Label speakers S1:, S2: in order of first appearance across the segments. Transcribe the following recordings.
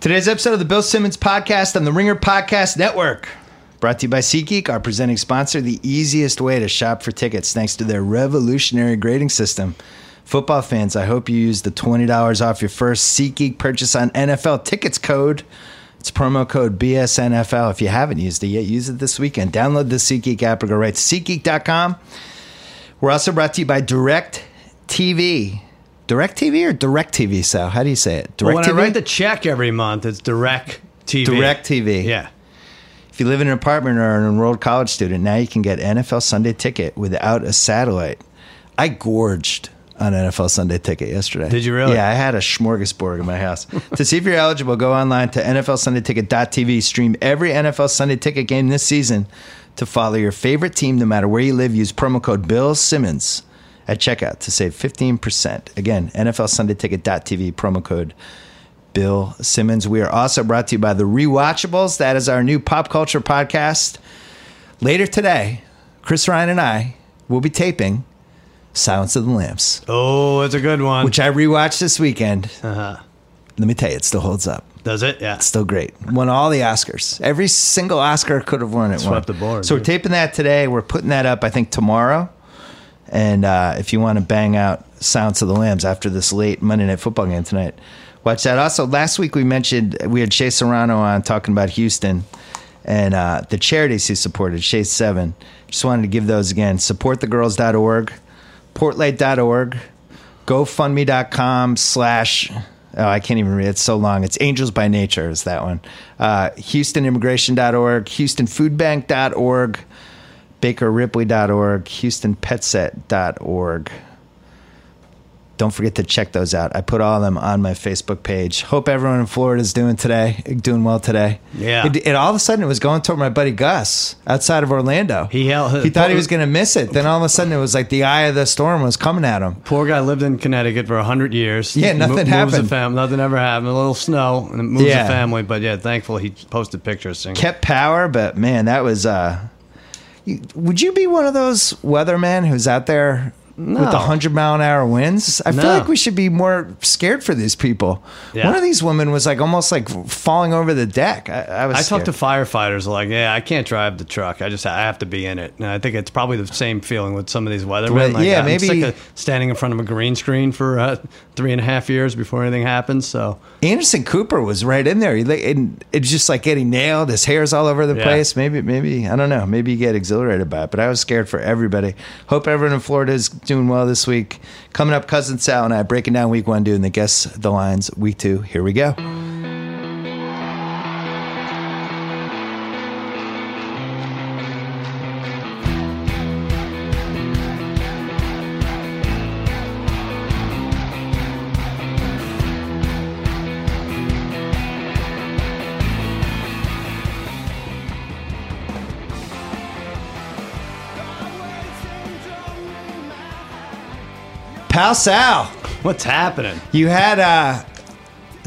S1: Today's episode of the Bill Simmons Podcast on the Ringer Podcast Network. Brought to you by SeatGeek, our presenting sponsor, the easiest way to shop for tickets thanks to their revolutionary grading system. Football fans, I hope you use the $20 off your first SeatGeek purchase on NFL tickets code. It's promo code BSNFL. If you haven't used it yet, use it this weekend. Download the SeatGeek app or go right to SeatGeek.com. We're also brought to you by Direct TV. Direct TV or Direct TV, Sal? How do you say it? Direct
S2: when I
S1: TV.
S2: write the check every month, it's direct TV.
S1: Direct TV.
S2: Yeah.
S1: If you live in an apartment or are an enrolled college student, now you can get NFL Sunday Ticket without a satellite. I gorged on NFL Sunday Ticket yesterday.
S2: Did you really?
S1: Yeah, I had a smorgasbord in my house. to see if you're eligible, go online to NFLSundayTicket.tv. Stream every NFL Sunday Ticket game this season to follow your favorite team no matter where you live. Use promo code Bill Simmons at checkout to save 15%. Again, NFLSundayTicket.tv, promo code Bill Simmons. We are also brought to you by The Rewatchables. That is our new pop culture podcast. Later today, Chris Ryan and I will be taping Silence of the Lambs,
S2: Oh, it's a good one.
S1: which I rewatched this weekend.
S2: uh-huh.
S1: Let me tell you, it still holds up.
S2: Does it? Yeah.
S1: It's still great. Won all the Oscars. Every single Oscar could have won it.
S2: Swept
S1: won.
S2: the board,
S1: So we're
S2: dude.
S1: taping that today. We're putting that up, I think, tomorrow. And uh, if you want to bang out Silence of the Lambs after this late Monday Night Football game tonight, watch that. Also, last week we mentioned we had Shea Serrano on talking about Houston and uh, the charities he supported, Shea Seven. Just wanted to give those again. SupportTheGirls.org, Portlight.org, GoFundMe.com slash, oh, I can't even read it. It's so long. It's Angels by Nature is that one. Uh, HoustonImmigration.org, HoustonFoodBank.org, BakerRipley.org, HoustonPetSet.org. Don't forget to check those out. I put all of them on my Facebook page. Hope everyone in Florida is doing today, doing well today.
S2: Yeah.
S1: It, it all of a sudden it was going toward my buddy Gus outside of Orlando.
S2: He Oh. held-
S1: he thought he was going to miss it. Then all of a sudden it was like the eye of the storm was coming at him.
S2: Poor guy lived in Connecticut for 100 years.
S1: Yeah, nothing
S2: moves
S1: happened.
S2: A fam- nothing ever happened. A little snow and it moves
S1: Yeah.
S2: the family. But yeah, thankfully he posted pictures. Saying,
S1: kept power, but man, that was. uh you, Would you be one of those weathermen who's out there with the
S2: No.
S1: hundred mile an hour winds? I feel
S2: No.
S1: like we should be more scared for these people.
S2: Yeah.
S1: One of these women was like almost like falling over the deck. I, I was.
S2: I talked to
S1: scared.
S2: firefighters like, yeah, I can't drive the truck. I just I have to be in it. And I think it's probably the same feeling with some of these
S1: Right,
S2: weathermen. Like,
S1: yeah,
S2: I'm
S1: maybe-
S2: sick of standing in front of a green screen for uh, three and a half years before anything happens. So
S1: Anderson Cooper was right in there. He, like- and it's just like getting nailed. His hair's all over the
S2: Yeah.
S1: place. Maybe, maybe I don't know. Maybe you get exhilarated by it. But I was scared for everybody. Hope everyone in Florida is doing well this week. Coming up, cousin Sal and I breaking down week one, doing the guess the lines week two. Here we go. Pal Sal,
S2: what's happening?
S1: you had a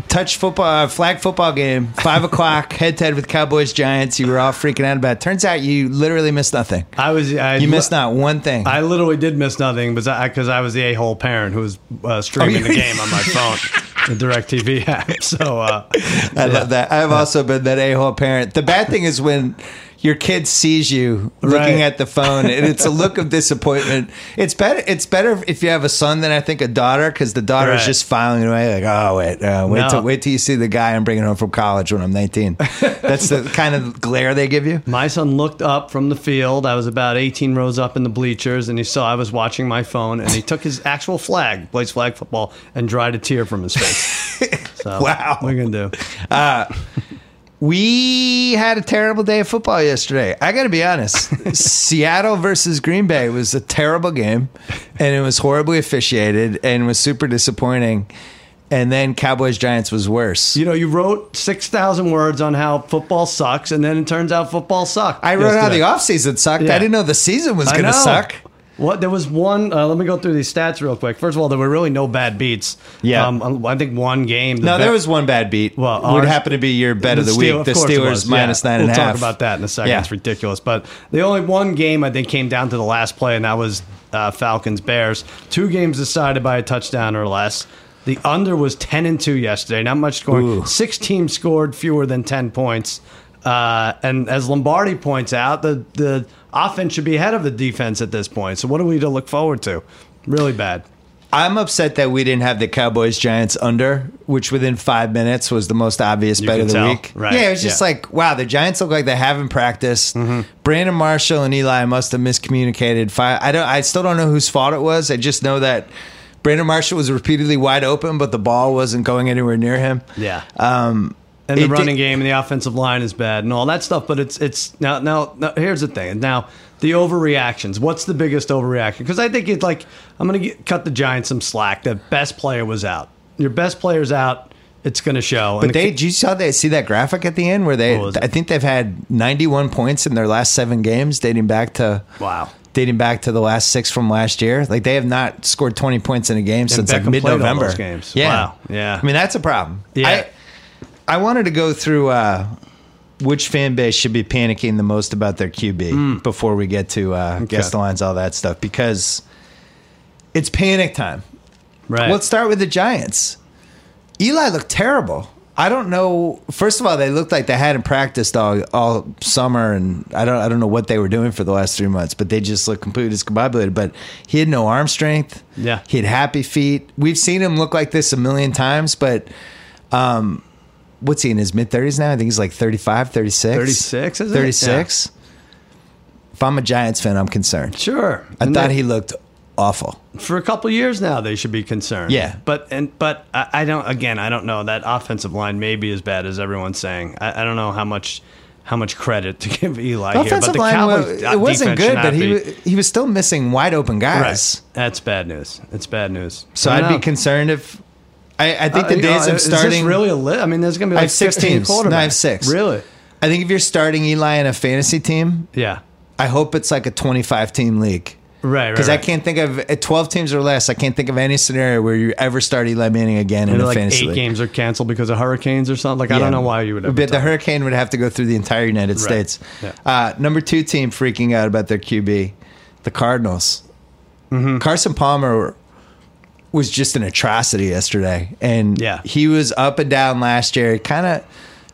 S1: touch football, uh, flag football game, five o'clock, head to head with Cowboys Giants. You were all freaking out about. It. Turns out you literally missed nothing.
S2: I was I,
S1: You missed not one thing.
S2: I literally did miss nothing, because I, 'cause I was the a-hole parent who was uh, streaming
S1: Oh,
S2: the
S1: you-
S2: game on my phone, the DirecTV app. So uh,
S1: I love that. I've also been that a hole parent. The bad thing is when your kid sees you looking
S2: Right.
S1: at the phone, and it's a look of disappointment. It's better. It's better if you have a son than I think a daughter, because the daughter is
S2: Right.
S1: just filing it away. Like, oh wait, uh, wait
S2: No.
S1: till wait till you see the guy I'm bringing home from college when I'm 19. That's the kind of glare they give you.
S2: my son looked up from the field. I was about 18 rows up in the bleachers, and he saw I was watching my phone, and he took his actual flag, plays flag football, and dried a tear from his face. So,
S1: Wow.
S2: What are you going to do?
S1: We had a terrible day of football yesterday. I got to be honest. Seattle versus Green Bay was a terrible game, and it was horribly officiated and was super disappointing. And then Cowboys Giants was worse.
S2: You know, you wrote 6,000 words on how football sucks, and then it turns out football sucked.
S1: I wrote how the
S2: yesterday.
S1: offseason sucked. I
S2: Yeah.
S1: didn't know the season was
S2: I
S1: going to
S2: know.
S1: suck.
S2: What there was one. Uh, let me go through these stats real quick. First of all, there were really no bad beats.
S1: Yeah.
S2: um, I think one game. the
S1: No, there
S2: bet-
S1: was one bad beat.
S2: Well,
S1: would
S2: ours-
S1: happen to be your bet of the
S2: Steel-
S1: week. the
S2: course it
S1: Steelers
S2: was, yeah.
S1: minus nine and a
S2: we'll
S1: half.
S2: talk about that in a second.
S1: Yeah.
S2: It's ridiculous. But the only one game I think came down to the last play, and that was uh, Falcons Bears. Two games decided by a touchdown or less. The under was ten and two yesterday. Not much scoring.
S1: Ooh.
S2: Six teams scored fewer than ten points. Uh, and as Lombardi points out, the the offense should be ahead of the defense at this point. So what are we to look forward to? Really bad.
S1: I'm upset that we didn't have the Cowboys Giants under, which within five minutes was the most obvious bet
S2: could
S1: of the
S2: tell,
S1: week.
S2: right,
S1: Yeah, it was just
S2: yeah. Mm-hmm.
S1: like, wow, the Giants look like they haven't practiced. Brandon Marshall and Eli must have miscommunicated. Fi- I don't. I still don't know whose fault it was. I just know that Brandon Marshall was repeatedly wide open, but the ball wasn't going anywhere near him.
S2: Yeah. Um, and
S1: it
S2: the
S1: did-
S2: running game and the offensive line is bad and all that stuff. But it's it's now now, now here's the thing. Now the overreactions. What's the biggest overreaction? Because I think it's like I'm gonna get, cut the Giants some slack. The best player was out. Your best player's out. It's gonna show.
S1: But they, did you saw that? See that graphic at the end where they?
S2: What was it?
S1: I think they've had 91 points in their last seven games, dating back to
S2: wow.
S1: dating back to the last six from last year. Like they have not scored 20 points in a game since like
S2: Beckham played all
S1: mid-November.
S2: those games.
S1: Yeah,
S2: Wow. Yeah.
S1: I mean that's a problem.
S2: Yeah.
S1: I, I wanted to go through uh, which fan base should be panicking the most about their QB
S2: Hmm.
S1: before we get to uh, guess the lines, all that stuff, because it's panic time.
S2: Right.
S1: Let's start with the Giants. Eli looked terrible. I don't know. First of all, they looked like they hadn't practiced all, all summer, and I don't I don't know what they were doing for the last three months, but they just looked completely discombobulated. But he had no arm strength.
S2: Yeah.
S1: he had happy feet. We've seen him look like this a million times, but um, what's he in his mid thirties now? I think he's like 35, 36.
S2: 36, isn't it?
S1: thirty six. If I'm a Giants fan, I'm concerned.
S2: sure.
S1: I
S2: And
S1: thought
S2: they-
S1: he looked awful.
S2: for a couple years now they should be concerned.
S1: Yeah.
S2: but and but I, I don't. Again, I don't know that offensive line may be as bad as everyone's saying. I, I don't know how much how much credit to give Eli
S1: The
S2: here. But
S1: offensive
S2: the
S1: line, wa-
S2: Cowboys,
S1: it wasn't
S2: defense should
S1: good,
S2: not
S1: but
S2: be-
S1: he wa- he was still missing wide open guys.
S2: right. That's bad news. It's bad news.
S1: So
S2: I
S1: I'd
S2: don't
S1: be
S2: know.
S1: concerned if I, I think
S2: Uh,
S1: the
S2: you
S1: days
S2: know,
S1: of
S2: is this
S1: starting.
S2: really a li- I mean, there's going to be like
S1: have six
S2: 15
S1: teams. No, I have
S2: quarterbacks.
S1: six.
S2: Really?
S1: I think if you're starting Eli in a fantasy team,
S2: Yeah.
S1: I hope it's like a 25 team league.
S2: Right. Right.
S1: Because I
S2: right.
S1: can't think of at 12 teams or less. I can't think of any scenario where you ever start Eli Manning again in
S2: Maybe
S1: a
S2: like
S1: fantasy
S2: eight
S1: league.
S2: games are canceled because of hurricanes or something. Like I
S1: Yeah.
S2: don't know why you would. Ever
S1: But the
S2: talk-
S1: hurricane would have to go through the entire United States.
S2: Yeah.
S1: Uh, number two team freaking out about their QB, the Cardinals.
S2: Mm-hmm.
S1: Carson Palmer was just an atrocity yesterday, and
S2: Yeah.
S1: he was up and down last year. Kind of,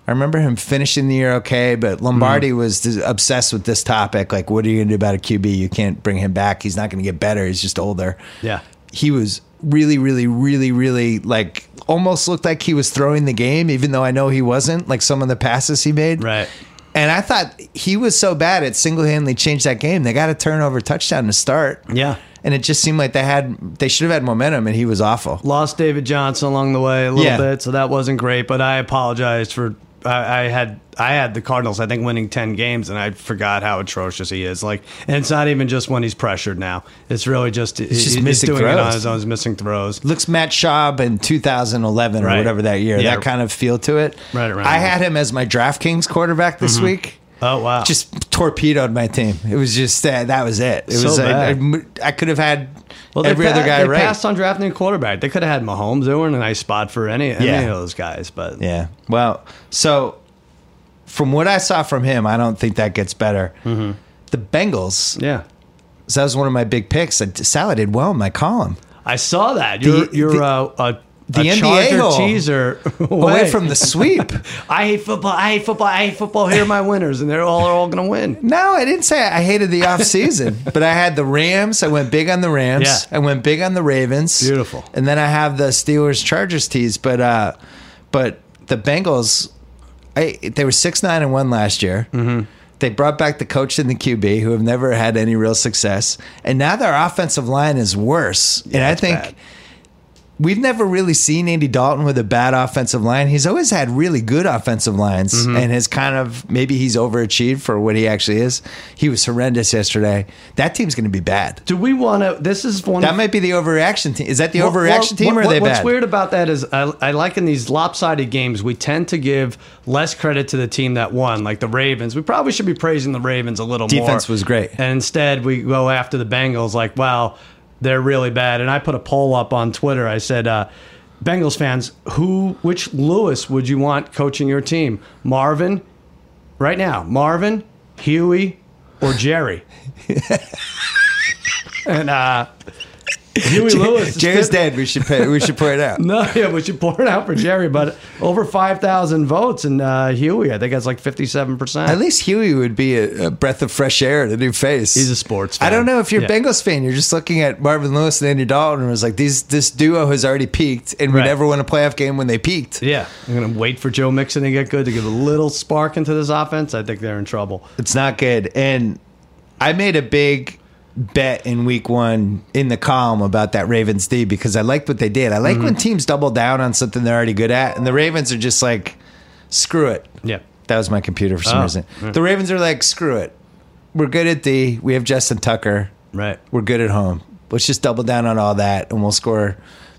S1: I remember him finishing the year okay, but
S2: Mm-hmm.
S1: Lombardi was was dis- obsessed with this topic. Like, what are you going to do about a QB? You can't bring him back. He's not going to get better. He's just older
S2: yeah.
S1: he was really, really, really, really like almost looked like he was throwing the game, even though I know he wasn't. Like some of the passes he made,
S2: Right.
S1: And I thought he was so bad it single handedly changed that game. They got a turnover touchdown to start,
S2: Yeah.
S1: and it just seemed like they had they should have had momentum, and he was awful.
S2: lost David Johnson along the way a little
S1: Yeah.
S2: bit, so that wasn't great. But I apologized for I, I had I had the Cardinals, I think, winning ten games, and I forgot how atrocious he is. Like, and it's not even just when he's pressured now; it's really just he's
S1: just
S2: he's
S1: missing
S2: doing it on
S1: throws.
S2: his own, he's missing throws.
S1: Looks Matt Schaub in 2011 or
S2: Right.
S1: whatever that year,
S2: Yeah.
S1: that kind of feel to it.
S2: Right around
S1: I
S2: there.
S1: had him as my DraftKings quarterback this week.
S2: Oh wow!
S1: just torpedoed my team. It was just uh, that was it. It
S2: So
S1: was I- I
S2: bad.
S1: m- I could have had
S2: Well, they
S1: every other
S2: pa-
S1: guy
S2: they
S1: right.
S2: passed on drafting a quarterback. They could have had Mahomes. They were in a nice spot for any any
S1: Yeah.
S2: of those guys. But
S1: yeah. Well, so from what I saw from him, I don't think that gets better.
S2: Mm-hmm.
S1: The Bengals.
S2: yeah,
S1: So that was one of my big picks. And Salah did well in my column.
S2: I saw that your
S1: The-
S2: your
S1: the-
S2: uh, uh,
S1: the
S2: a
S1: NBA
S2: Charger
S1: hole.
S2: teaser
S1: Away
S2: away
S1: from the sweep.
S2: I hate football. I hate football. I hate football. Here are my winners, and they're all are all going to win.
S1: no, I didn't say I hated the offseason, but I had the Rams. I went big on the Rams.
S2: Yeah.
S1: I went big on the Ravens.
S2: Beautiful.
S1: And then I have the Steelers Chargers tease, but uh, but the Bengals, I they were six nine and one last year. Mm-hmm. They brought back the coach and the QB, who have never had any real success, and now their offensive line is worse. and I
S2: it's
S1: think.
S2: bad.
S1: We've never really seen Andy Dalton with a bad offensive line. He's always had really good offensive lines
S2: Mm-hmm.
S1: and has kind of maybe he's overachieved for what he actually is. He was horrendous yesterday. That team's going to be bad.
S2: Do we want to? This is one.
S1: That might be the overreaction team. Is that the
S2: Well,
S1: overreaction
S2: well,
S1: team, or
S2: what-
S1: are they
S2: what's
S1: bad?
S2: weird about that is I, I like in these lopsided games we tend to give less credit to the team that won, like the Ravens. We probably should be praising the Ravens a little more.
S1: Defense was great.
S2: and instead we go after the Bengals. Like, wow, they're really bad. And I put a poll up on Twitter. I said, uh, Bengals fans, who, which Lewis would you want coaching your team, Marvin? Right now, Marvin, Huey, or Jerry? and uh, Huey Lewis.
S1: Jerry's
S2: dead.
S1: dead. We should pay, we should point it out.
S2: No, yeah, we should pour it out for Jerry, but over 5,000 votes, and uh, Huey, I think that's like 57%.
S1: At least Huey would be a, a breath of fresh air and a new face.
S2: He's a sports
S1: I don't
S2: fan.
S1: know if you're a
S2: Yeah.
S1: Bengals fan. You're just looking at Marvin Lewis and Andy Dalton and was like, these, this duo has already peaked, and we
S2: Right.
S1: never won a playoff game when they peaked.
S2: Yeah, I'm gonna wait for Joe Mixon to get good to give a little spark into this offense. I think they're in trouble.
S1: It's not good. And I made a big bet in week one in the column about that Ravens D because I liked what they did. I like
S2: Mm-hmm.
S1: when teams double down on something they're already good at, and the Ravens are just like, screw it.
S2: Yeah,
S1: That was my computer for some
S2: Oh,
S1: reason.
S2: yeah.
S1: The Ravens are like, screw it. We're good at D. We have Justin Tucker.
S2: right.
S1: We're good at home. Let's just double down on all that, and we'll score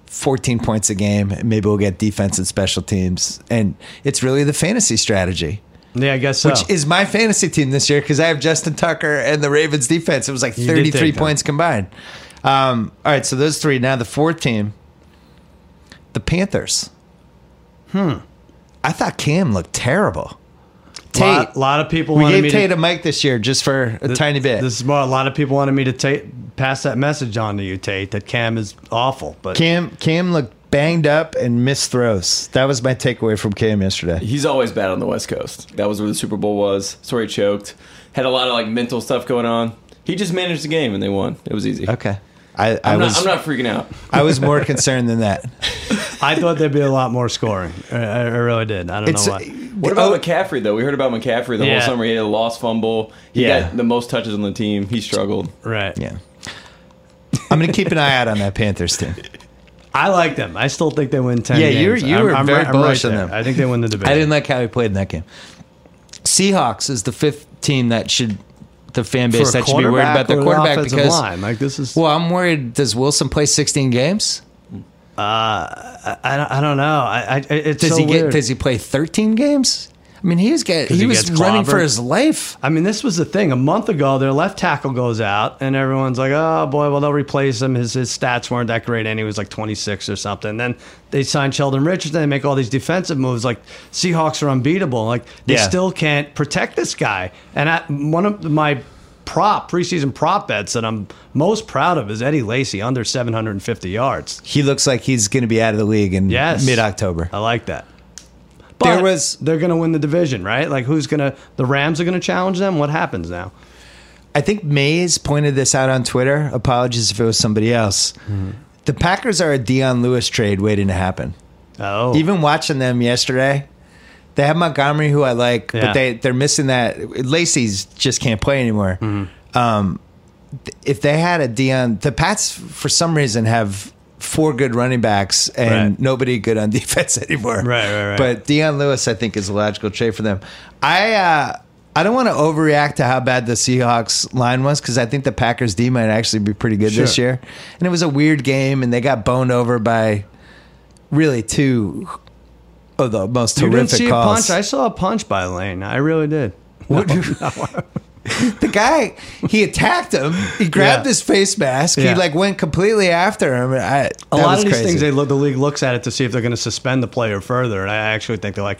S1: 14 points a game. And maybe we'll get defense and special teams. And it's really the fantasy strategy
S2: Yeah, I guess so.
S1: which is my fantasy team this year because I have Justin Tucker and the Ravens defense. It was like
S2: You did
S1: 33
S2: take that.
S1: points combined. Um, all right, so those three. Now the fourth team, the Panthers. Hmm.
S2: Hmm.
S1: I thought Cam looked terrible. Tate.
S2: lot, lot of people
S1: we
S2: wanted me
S1: gave Tate
S2: to,
S1: a mic this year just for a
S2: thi-
S1: tiny bit.
S2: This is more. A lot of people wanted me to Tate, pass that message on to you, Tate, that Cam is awful. But
S1: Cam Cam looked banged up and missed throws. That was my takeaway from Cam yesterday.
S3: He's always bad on the West Coast. That was where the Super Bowl was. Sorry, choked. Had a lot of like mental stuff going on. He just managed the game and they won. It was easy.
S1: Okay. I, I
S3: I'm,
S1: was
S3: not, I'm not freaking out.
S1: I was more concerned than that.
S2: I thought there'd be a lot more scoring. I, I I really did. I don't
S1: It's
S2: know why.
S3: What about McCaffrey though? We heard about McCaffrey the
S2: Yeah.
S3: whole summer. He had a lost fumble. He
S1: Yeah.
S3: got the most touches on the team. He struggled.
S2: Right.
S1: Yeah. I'm going to keep an eye out on that Panthers team.
S2: I like them. I still think they win ten.
S1: Yeah,
S2: games.
S1: you were- you
S2: I'm-
S1: were
S2: I'm
S1: very
S2: right- I'm right
S1: bullish on
S2: there.
S1: them.
S2: I think they win the debate.
S1: I didn't like how he played in that game. Seahawks is the fifth team that should the fan
S2: For a
S1: base that should be worried about their
S2: or an
S1: quarterback
S2: offensive
S1: because
S2: line. like this is.
S1: well, I'm worried. Does Wilson play 16 games?
S2: I, don't- I don't know. I, I it's
S1: Does
S2: so
S1: he get?
S2: weird.
S1: Does he play 13 games? I mean, he was get, he,
S2: he
S1: was
S2: gets
S1: running for
S2: clobbered.
S1: his life.
S2: I mean, this was the thing. A month ago, their left tackle goes out, and everyone's like, "Oh boy, well they'll replace him." His his stats weren't that great, and he was like 26 or something. Then they sign Sheldon Richardson. They make all these defensive moves. Like Seahawks are unbeatable. Like they
S1: Yeah.
S2: still can't protect this guy. And I, one of my prop preseason prop bets that I'm most proud of is Eddie Lacy under 750 yards.
S1: He looks like he's going to be out of the league in
S2: Yes,
S1: mid October.
S2: I like that.
S1: There
S2: But
S1: was-
S2: they're going to win the division, right? Like who's going to the Rams are going to challenge them? What happens now?
S1: I think Mays pointed this out on Twitter. Apologies if it was somebody else. The Packers are a Dion Lewis trade waiting to happen.
S2: Oh,
S1: even watching them yesterday, they have Montgomery, who I like, but
S2: Yeah.
S1: they they're missing that Lacey's just can't play anymore.
S2: Mm-hmm.
S1: Um, th- if they had a Dion, the Pats for some reason have four good running backs and
S2: Right.
S1: nobody good on defense anymore.
S2: Right, right, right.
S1: But Dion Lewis, I think, is a logical trade for them. I. Uh, I don't want to overreact to how bad the Seahawks line was because I think the Packers D might actually be pretty good this
S2: Sure.
S1: year. And it was a weird game, and they got boned over by really two of the most
S2: You didn't
S1: horrific
S2: see
S1: calls.
S2: a punch. I saw a punch by Lane. I really did.
S1: the guy, he attacked him. He grabbed
S2: Yeah.
S1: his face mask. He
S2: Yeah.
S1: like went completely after him. and I,
S2: A
S1: that
S2: lot
S1: was
S2: of these
S1: crazy.
S2: things, they look, the league looks at it to see if they're going to suspend the player further. And I actually think they're like,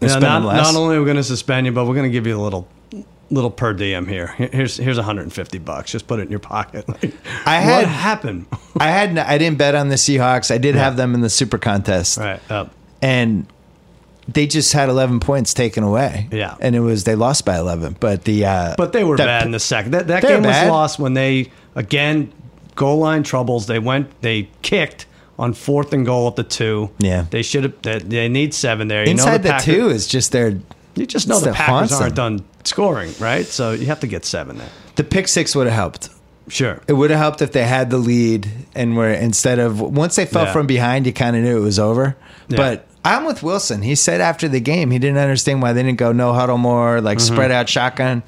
S2: you know,
S1: Suspend
S2: not,
S1: him less.
S2: not only are we going to suspend you, but we're going to give you a little little per diem here. Here- Here's here's 150 bucks. Just put it in your pocket. Like,
S1: I had-
S2: what happened?
S1: I had n- I didn't bet on the Seahawks. I did have them in the Super Contest,
S2: right. Uh,
S1: and they just had 11 points taken away.
S2: Yeah.
S1: and it was they lost by 11. But the uh,
S2: But they were
S1: that-
S2: bad in the second. That, that
S1: They were
S2: game
S1: bad.
S2: was lost when they again goal line troubles. They went. They kicked on fourth and goal up to two.
S1: Yeah.
S2: they should have. They, they need seven there. You know
S1: inside
S2: the,
S1: the,
S2: Packer-
S1: two is just their.
S2: You just know the
S1: stuff haunts
S2: Packers aren't
S1: them.
S2: done scoring, right? So you have to get seven there.
S1: The pick six would have helped.
S2: Sure.
S1: It would have helped if they had the lead and were instead of once they fell
S2: Yeah.
S1: from behind, you kind of knew it was over.
S2: Yeah.
S1: But I'm with Wilson. He said after the game he didn't understand why they didn't go no huddle more, like
S2: Mm-hmm.
S1: spread out shotgun.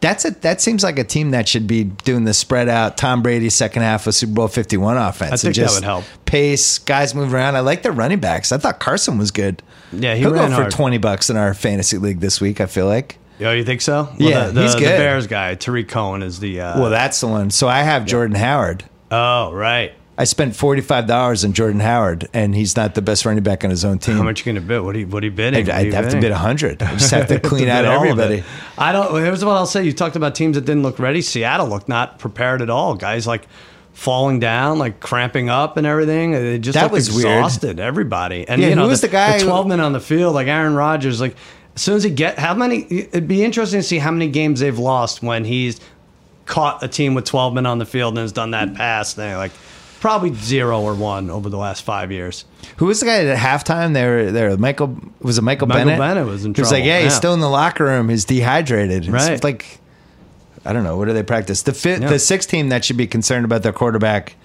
S1: That's a that seems like a team that should be doing the spread out Tom Brady second half of Super Bowl 51 offense.
S2: I
S1: and
S2: think that
S1: just
S2: would help.
S1: Pace, guys move around. I like their running backs. I thought Carson was good.
S2: Yeah, he
S1: He'll
S2: ran
S1: go for
S2: hard.
S1: 20 bucks in our fantasy league this week, I feel like.
S2: Oh, you think so? Well,
S1: Yeah,
S2: the, the,
S1: he's
S2: the
S1: good.
S2: Bears guy, Tariq Cohen, is the. Uh,
S1: Well, that's the one. So I have Jordan Howard.
S2: oh, right.
S1: I spent forty five dollars on Jordan Howard, and he's not the best running back on his own team.
S2: How much you going to bid? What are you, what are you bidding?
S1: I'd,
S2: What are
S1: I'd
S2: you
S1: have to
S2: bidding?
S1: bid a hundred. I just have to clean out
S2: Did all of
S1: everybody.
S2: it. I don't. Here's what I'll say. You talked about teams that didn't look ready. Seattle looked not prepared at all. Guys like falling down, like cramping up and everything. They just
S1: That
S2: looked
S1: was weird.
S2: exhausted everybody. And
S1: Yeah,
S2: you know,
S1: who was the guy who-
S2: twelve men on the field, like Aaron Rodgers, like as soon as he get how many it'd be interesting to see how many games they've lost when he's caught a team with twelve men on the field and has done that pass thing. Like probably zero or one over the last five years.
S1: Who was the guy at halftime? They were there. Michael was it Michael,
S2: Michael
S1: Bennett?
S2: Bennett was in
S1: He was
S2: trouble,
S1: like, yeah, he's
S2: yeah.
S1: still in the locker room. He's dehydrated. It's
S2: Right.
S1: like, I don't know. What do they practice? The fifth,
S2: Yeah.
S1: the sixth team that should be concerned about their quarterback,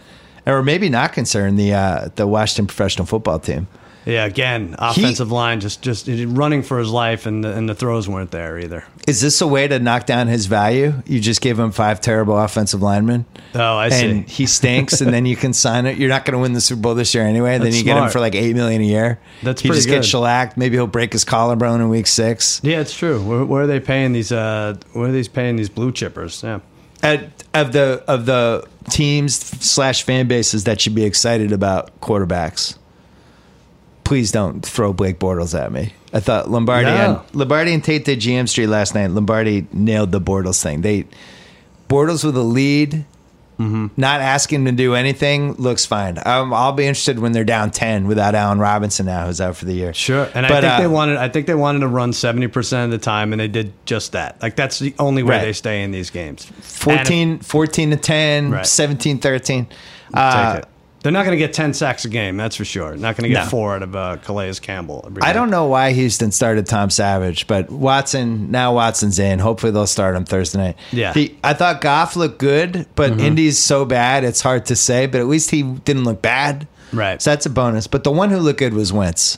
S1: or maybe not concerned the uh, the Washington professional football team.
S2: Yeah, again,
S1: He-
S2: offensive line just just running for his life, and the, and the throws weren't there either.
S1: Is this a way to knock down his value? You just give him five terrible offensive linemen.
S2: Oh, I see.
S1: and he stinks, and then you can sign it. You're not going to win the Super Bowl this year anyway. then
S2: That's
S1: you get him
S2: smart.
S1: for like eight million a year.
S2: That's
S1: he
S2: pretty
S1: just gets
S2: good.
S1: shellacked. Maybe he'll break his collarbone in week six.
S2: yeah, it's true. Where, where are they paying these? Uh, where are these paying these blue chippers? Yeah,
S1: At, of the of the teams slash fan bases that should be excited about quarterbacks. Please don't throw Blake Bortles at me. I thought Lombardi
S2: No.
S1: and Lombardi and Tate did GM Street last night. Lombardi nailed the Bortles thing. They Bortles with a lead,
S2: Mm-hmm.
S1: not asking to do anything looks fine. Um, I'll be interested when they're down ten without Allen Robinson now, who's out for the year.
S2: sure. And I
S1: But,
S2: think they
S1: uh,
S2: wanted. I think they wanted to run seventy percent of the time, and they did just that. Like that's the only way
S1: Right.
S2: they stay in these games.
S1: 14, 14 to 10,
S2: Right.
S1: 17 13.
S2: And
S1: Uh,
S2: take it. They're not going to get ten sacks a game. That's for sure. Not going to get
S1: No.
S2: four out of uh, Calais Campbell. every
S1: I
S2: night.
S1: don't know why Houston started Tom Savage, but Watson now Watson's in. Hopefully they'll start him Thursday night.
S2: Yeah. Mm-hmm.
S1: The- I thought Goff looked good, but Indy's so bad it's hard to say. But at least he didn't look bad,
S2: Right.
S1: So that's a bonus. But the one who looked good was Wentz.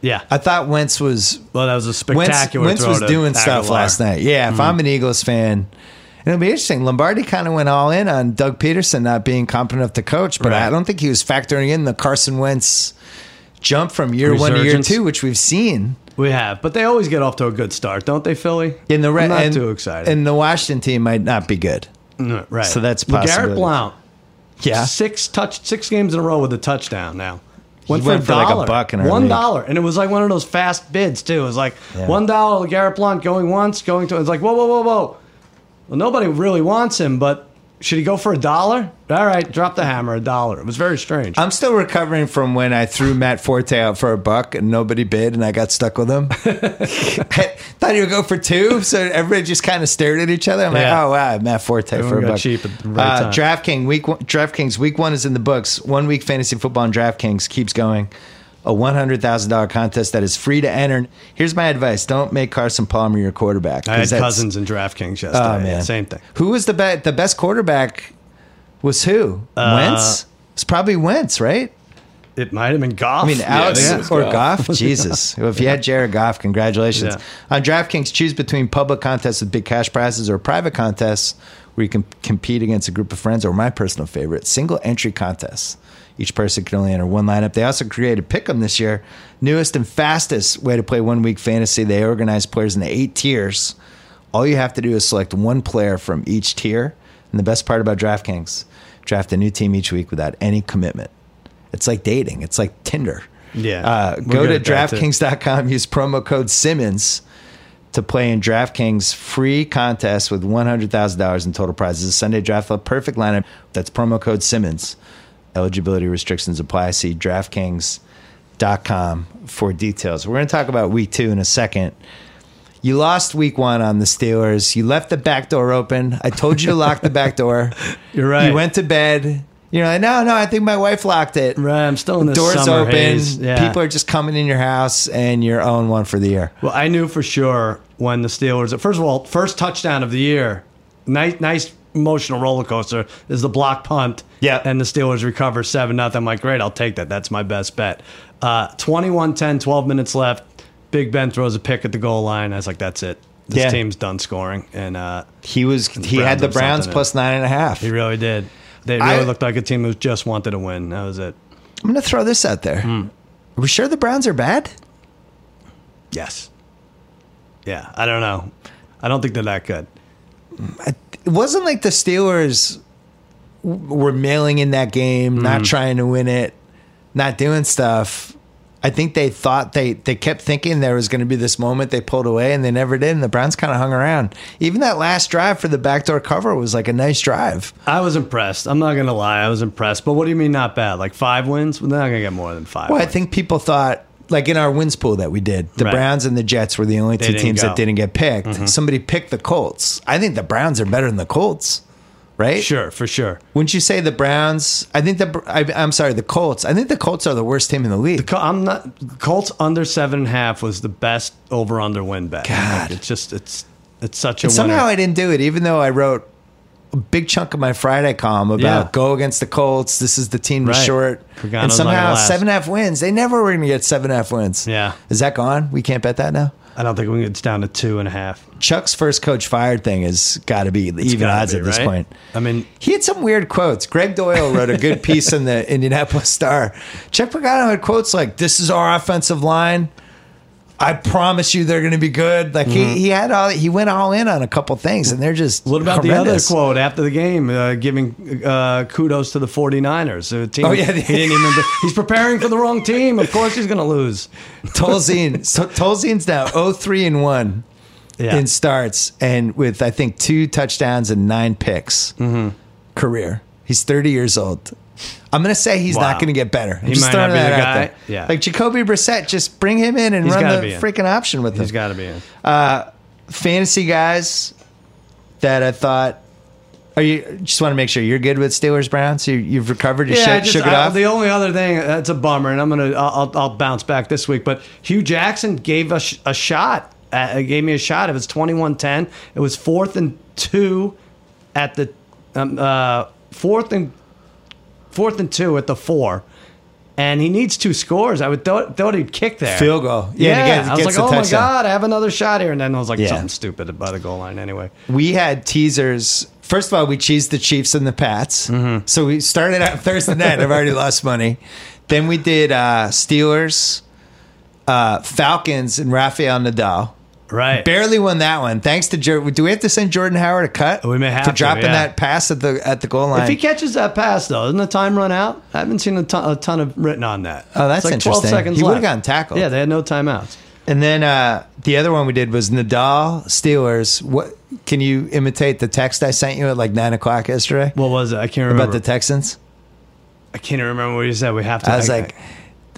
S2: Yeah.
S1: I thought Wentz was
S2: well, that was a
S1: Wentz,
S2: spectacular.
S1: Wentz
S2: throw
S1: was
S2: to
S1: doing stuff
S2: Aguilar. Mm-hmm.
S1: last night. Yeah, if I'm an Eagles fan, it'll be interesting. Lombardi kind of went all in on Doug Peterson not being competent enough to coach, but
S2: Right.
S1: I don't think he was factoring in the Carson Wentz jump from year one to year
S2: Resurgence.
S1: two, which we've seen.
S2: We have, but they always get off to a good start, don't they, Philly?
S1: In the
S2: I'm
S1: red,
S2: not
S1: and,
S2: too excited.
S1: And the Washington team might not be good.
S2: Mm, right.
S1: So that's
S2: Garrett
S1: possibility.
S2: Blount.
S1: Yeah.
S2: Six touch, six games in a row with a touchdown. Now went,
S1: went for like a buck in our
S2: one
S1: league.
S2: dollar, and it was like one of those fast bids too. It was like
S1: Yeah.
S2: one dollar Garrett Blount going once, going to. It's like whoa, whoa, whoa, whoa. Well, nobody really wants him, but should he go for a dollar? All right, drop the hammer, a dollar. It was very strange.
S1: I'm still recovering from when I threw Matt Forte out for a buck and nobody bid and I got stuck with him. I thought he would go for two, so everybody just kind of stared at each other. I'm like,
S2: Yeah.
S1: oh wow, Matt Forte for
S2: Everyone
S1: a
S2: got
S1: buck. Uh,
S2: cheap at the right time.
S1: DraftKings week one, DraftKings week one is in the books. One week fantasy football on DraftKings keeps going. A one hundred thousand dollar contest that is free to enter. Here's my advice: Don't make Carson Palmer your quarterback.
S2: I had
S1: 'cause that's-
S2: cousins in DraftKings yesterday.
S1: Oh man,
S2: Uh, Same thing.
S1: Who was the best? The best quarterback was who?
S2: Uh,
S1: Wentz. It's probably Wentz, right?
S2: It might have been golf.
S1: I mean, Alex
S3: I think it was
S1: or Goff?
S3: Goff.
S1: Jesus. If you had Jared Goff, congratulations.
S2: Yeah.
S1: On DraftKings, choose between public contests with big cash prizes or private contests where you can compete against a group of friends, or my personal favorite, single entry contests. Each person can only enter one lineup. They also created Pick'em this year, newest and fastest way to play one week fantasy. They organize players into eight tiers. All you have to do is select one player from each tier. And the best part about DraftKings, draft a new team each week without any commitment. It's like dating. It's like Tinder.
S2: Yeah.
S1: Uh,
S2: We're
S1: go
S2: good
S1: to
S2: at that, too.
S1: DraftKings.com. Use promo code Simmons to play in DraftKings free contest with $100,000 in total prizes. Sunday draft a perfect lineup. That's promo code Simmons. Eligibility restrictions apply. See DraftKings.com for details. We're going to talk about week two in a second. You lost week one on the Steelers. You left the back door open. I told you to lock the back door.
S2: You're right.
S1: You went to bed. You're like, no, no, I think my wife locked it.
S2: Right, I'm still in this
S1: Doors
S2: summer
S1: open.
S2: haze. Yeah.
S1: People are just coming in your house, and you're own one for the year.
S2: Well, I knew for sure when the Steelers. First of all, first touchdown of the year. Nice, nice emotional roller coaster is the block punt.
S1: Yeah.
S2: And the Steelers recover seven nothing. I'm like, great, I'll take that. That's my best bet. Uh, 21-10, 12 minutes left. Big Ben throws a pick at the goal line. I was like, that's it. This
S1: Yeah.
S2: team's done scoring, and uh,
S1: He was. he
S2: Browns
S1: had the
S2: have something
S1: Browns
S2: in it.
S1: plus nine and a half.
S2: he really did. They really
S1: I-
S2: looked like a team who just wanted to win. That was it.
S1: I'm going to throw this out there.
S2: Hmm.
S1: Are we sure the Browns are bad?
S2: Yes. Yeah, I don't know. I don't think they're that good.
S1: It wasn't like the Steelers
S2: Hmm.
S1: w- were mailing in that game, not trying to win it, not doing stuff. I I think they thought they they kept thinking there was going to be this moment they pulled away and they never did. And the Browns kind of hung around. Even that last drive for the backdoor cover was like a nice drive.
S2: I was impressed. I'm not gonna lie, I was impressed. But what do you mean not bad? Like five wins? Well, they're not gonna get more than five.
S1: Well, I
S2: wins.
S1: think people thought, like in our wins pool that we did, the
S2: Right.
S1: Browns and the Jets were the only two
S2: didn't
S1: teams
S2: go. Mm-hmm.
S1: that didn't get picked. Somebody picked the Colts. I think the Browns are better than the Colts, right?
S2: sure, for sure.
S1: Wouldn't you say the Browns? I think the I, I'm sorry, the Colts. I think the Colts are the worst team in the league.
S2: Col- I'm not Colts under seven and a half was the best over under win bet.
S1: God.
S2: Like, it's just it's it's such a
S1: And somehow
S2: winner.
S1: I didn't do it, even though I wrote a big chunk of my Friday column about
S2: Yeah.
S1: go against the Colts. This is the team to
S2: Right.
S1: short.
S2: Pagano's
S1: and
S2: not
S1: somehow
S2: gonna last.
S1: seven and a half wins. They never were going to get seven and a half wins.
S2: Yeah.
S1: Is that gone? We can't bet that now.
S2: I don't think we can get down to two and a half.
S1: Chuck's first coach fired thing has got to be
S2: It's
S1: even
S2: gotta
S1: odds
S2: be,
S1: at this
S2: right?
S1: point.
S2: I mean,
S1: He had some weird quotes. Greg Doyle wrote a good piece in the Indianapolis Star. Chuck Pagano had quotes like, "This is our offensive line. I promise you, they're going to be good." Like he, he had all he went all in on a couple things, and they're just
S2: Mm-hmm. what about
S1: horrendous.
S2: the other quote after the game, uh, giving uh, kudos to the 49ers? A team,
S1: Oh, yeah.
S2: he didn't even. He's preparing for the wrong team. Of course, he's going to lose.
S1: Tolzien, so Tolzien's now 0-3 and one
S2: Yeah,
S1: in starts, and with I think two touchdowns and nine picks
S2: Mm-hmm.
S1: career. He's 30 years old. I'm going to say he's
S2: Wow.
S1: not going to get better. I'm
S2: He
S1: just
S2: might
S1: throwing
S2: not be the
S1: that out
S2: guy.
S1: there.
S2: Yeah.
S1: Like Jacoby Brissett, just bring him in and
S2: He's
S1: run
S2: gotta
S1: the
S2: be in.
S1: freaking option with
S2: he's
S1: him.
S2: got to be in.
S1: Fantasy guys that I thought. Are you just want to make sure you're good with Steelers Browns? You, you've recovered. You shook,
S2: I just-
S1: shook it
S2: I-
S1: off.
S2: The only other thing that's a bummer, and I'm gonna I'll, I'll- I'll bounce back this week. But Hugh Jackson gave us a shot. Uh, gave me a shot. It was 21-10. It was fourth and two at the um, uh, fourth and fourth and two at the four. And he needs two scores. I would thought, thought he'd kick there.
S1: Field goal. Yeah,
S2: Yeah.
S1: and he gets-
S2: I was
S1: gets
S2: like,
S1: the
S2: oh my
S1: touchdown."
S2: God, I have another shot here. And then I was like,
S1: Yeah.
S2: something stupid by the goal line anyway.
S1: we had teasers. First of all, we cheesed the Chiefs and the Pats.
S2: Mm-hmm.
S1: So we started out Thursday night. I've already lost money. Then we did uh, Steelers, uh, Falcons, and Rafael Nadal.
S2: Right.
S1: Barely won that one. Thanks to Jordan. Do we have to send Jordan Howard a cut?
S2: We may have
S1: for
S2: to,
S1: dropping
S2: yeah.
S1: that pass at the at the goal line.
S2: If he catches that pass, though, doesn't the time run out? I haven't seen a ton, a ton of written on that.
S1: Oh, that's
S2: It's like
S1: interesting.
S2: 12 seconds
S1: He would've
S2: left.
S1: gotten tackled.
S2: Yeah, they had no timeouts.
S1: and then uh, the other one we did was Nadal Steelers. What can you imitate the text I sent you at like nine o'clock yesterday
S2: What was it? I can't remember.
S1: about the Texans?
S2: I can't even remember what you said. We have to.
S1: I was like,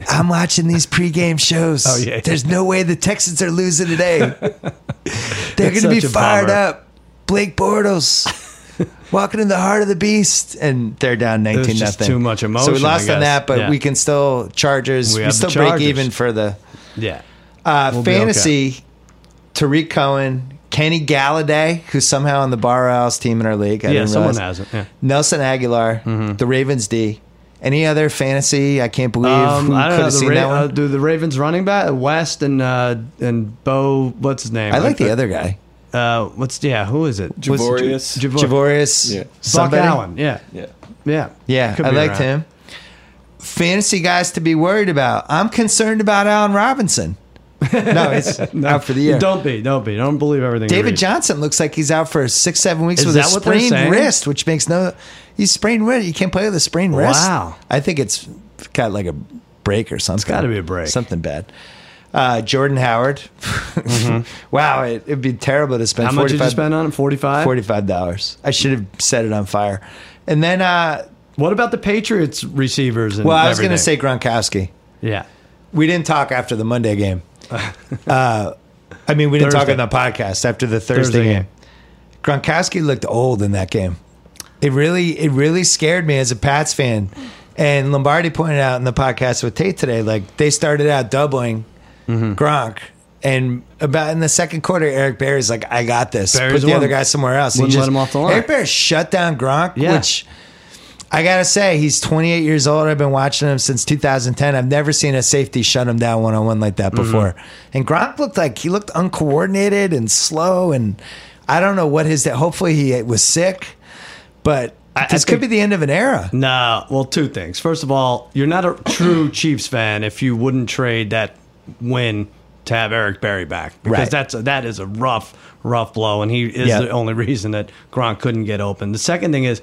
S1: I'm watching these pregame shows.
S2: Oh, yeah.
S1: There's no way the Texans are losing today. They're going
S2: It's
S1: to be
S2: such a
S1: fired
S2: bummer.
S1: up. Blake Bortles walking in the heart of the beast, and they're down 19
S2: was just
S1: nothing.
S2: too much
S1: So
S2: emotion,
S1: we
S2: I
S1: lost on
S2: guess.
S1: that, but
S2: Yeah.
S1: we can still Chargers.
S2: We
S1: We,
S2: have the
S1: still break
S2: Chargers.
S1: even for the
S2: yeah.
S1: uh,
S2: We'll be
S1: fantasy. Tariq Cohen, Kenny Galladay, who's somehow on the Bar Owls team in our league. I
S2: Yeah,
S1: didn't
S2: someone
S1: realize.
S2: hasn't. Yeah.
S1: Nelson Aguilar,
S2: Mm-hmm.
S1: the Ravens D. Any other fantasy? I can't believe
S2: Um,
S1: who could
S2: I don't know.
S1: have
S2: The
S1: seen
S2: Ra-
S1: that one.
S2: uh, do the Ravens running back West and uh, and Bo? What's his name?
S1: I like the other guy,
S2: Uh, what's yeah? Who is it?
S1: Was-
S3: Javorius.
S2: Javor-
S1: Javorius.
S3: Yeah. Buck
S2: Buck
S1: somebody.
S2: Allen. Yeah,
S3: yeah.
S2: yeah,
S1: Yeah,
S2: Could
S1: I
S2: be
S1: liked
S2: around.
S1: him. Fantasy guys to be worried about. I'm concerned about Allen Robinson. No, it's out for the year.
S2: Don't be, don't be. Don't believe everything. you
S1: David
S2: read.
S1: Johnson looks like he's out for six, seven weeks
S2: Is
S1: with a
S2: that what they're
S1: sprained
S2: saying?
S1: wrist, which makes no. He's sprained wrist. You can't play with a sprained wrist.
S2: Wow.
S1: I think it's got like a break or something. It's
S2: gotta be a break.
S1: Something bad. Uh, Jordan Howard. wow, it, it'd be terrible to spend.
S2: Mm-hmm. How much did you
S1: 45
S2: spend on him? Forty-five.
S1: Forty-five dollars. I should have set it on fire. And then, uh,
S2: What about the Patriots receivers? And
S1: well, I was going to say
S2: everything?
S1: Gronkowski.
S2: yeah.
S1: We didn't talk after the Monday game. Uh, I mean, we didn't
S2: Thursday.
S1: talk on the podcast after the Thursday,
S2: Thursday
S1: game.
S2: game.
S1: Gronkowski looked old in that game. It really, it really scared me as a Pats fan. And Lombardi pointed out in the podcast with Tate today, like they started out doubling
S2: Mm-hmm.
S1: Gronk, and about in the second quarter, Eric Berry's like, "I got this."
S2: Berry's
S1: Put the
S2: the
S1: other
S2: one.
S1: guy somewhere else. He
S2: Wouldn't let him off the line.
S1: Eric Berry shut down Gronk,
S2: Yeah.
S1: which I gotta say, he's 28 years old. I've been watching him since 2010. I've never seen a safety shut him down one on one like that
S2: Mm-hmm.
S1: before. And Gronk looked like he looked uncoordinated and slow, and I don't know what his. Hopefully, he was sick, but
S2: I- I
S1: this could
S2: think-
S1: be the end of an era.
S2: Nah, well, two things. First of all, you're not a true Chiefs fan if you wouldn't trade that win to have Eric Berry back because
S1: Right.
S2: that's a, that is a rough, rough blow, and he is
S1: Yeah.
S2: the only reason that Gronk couldn't get open. The second thing is,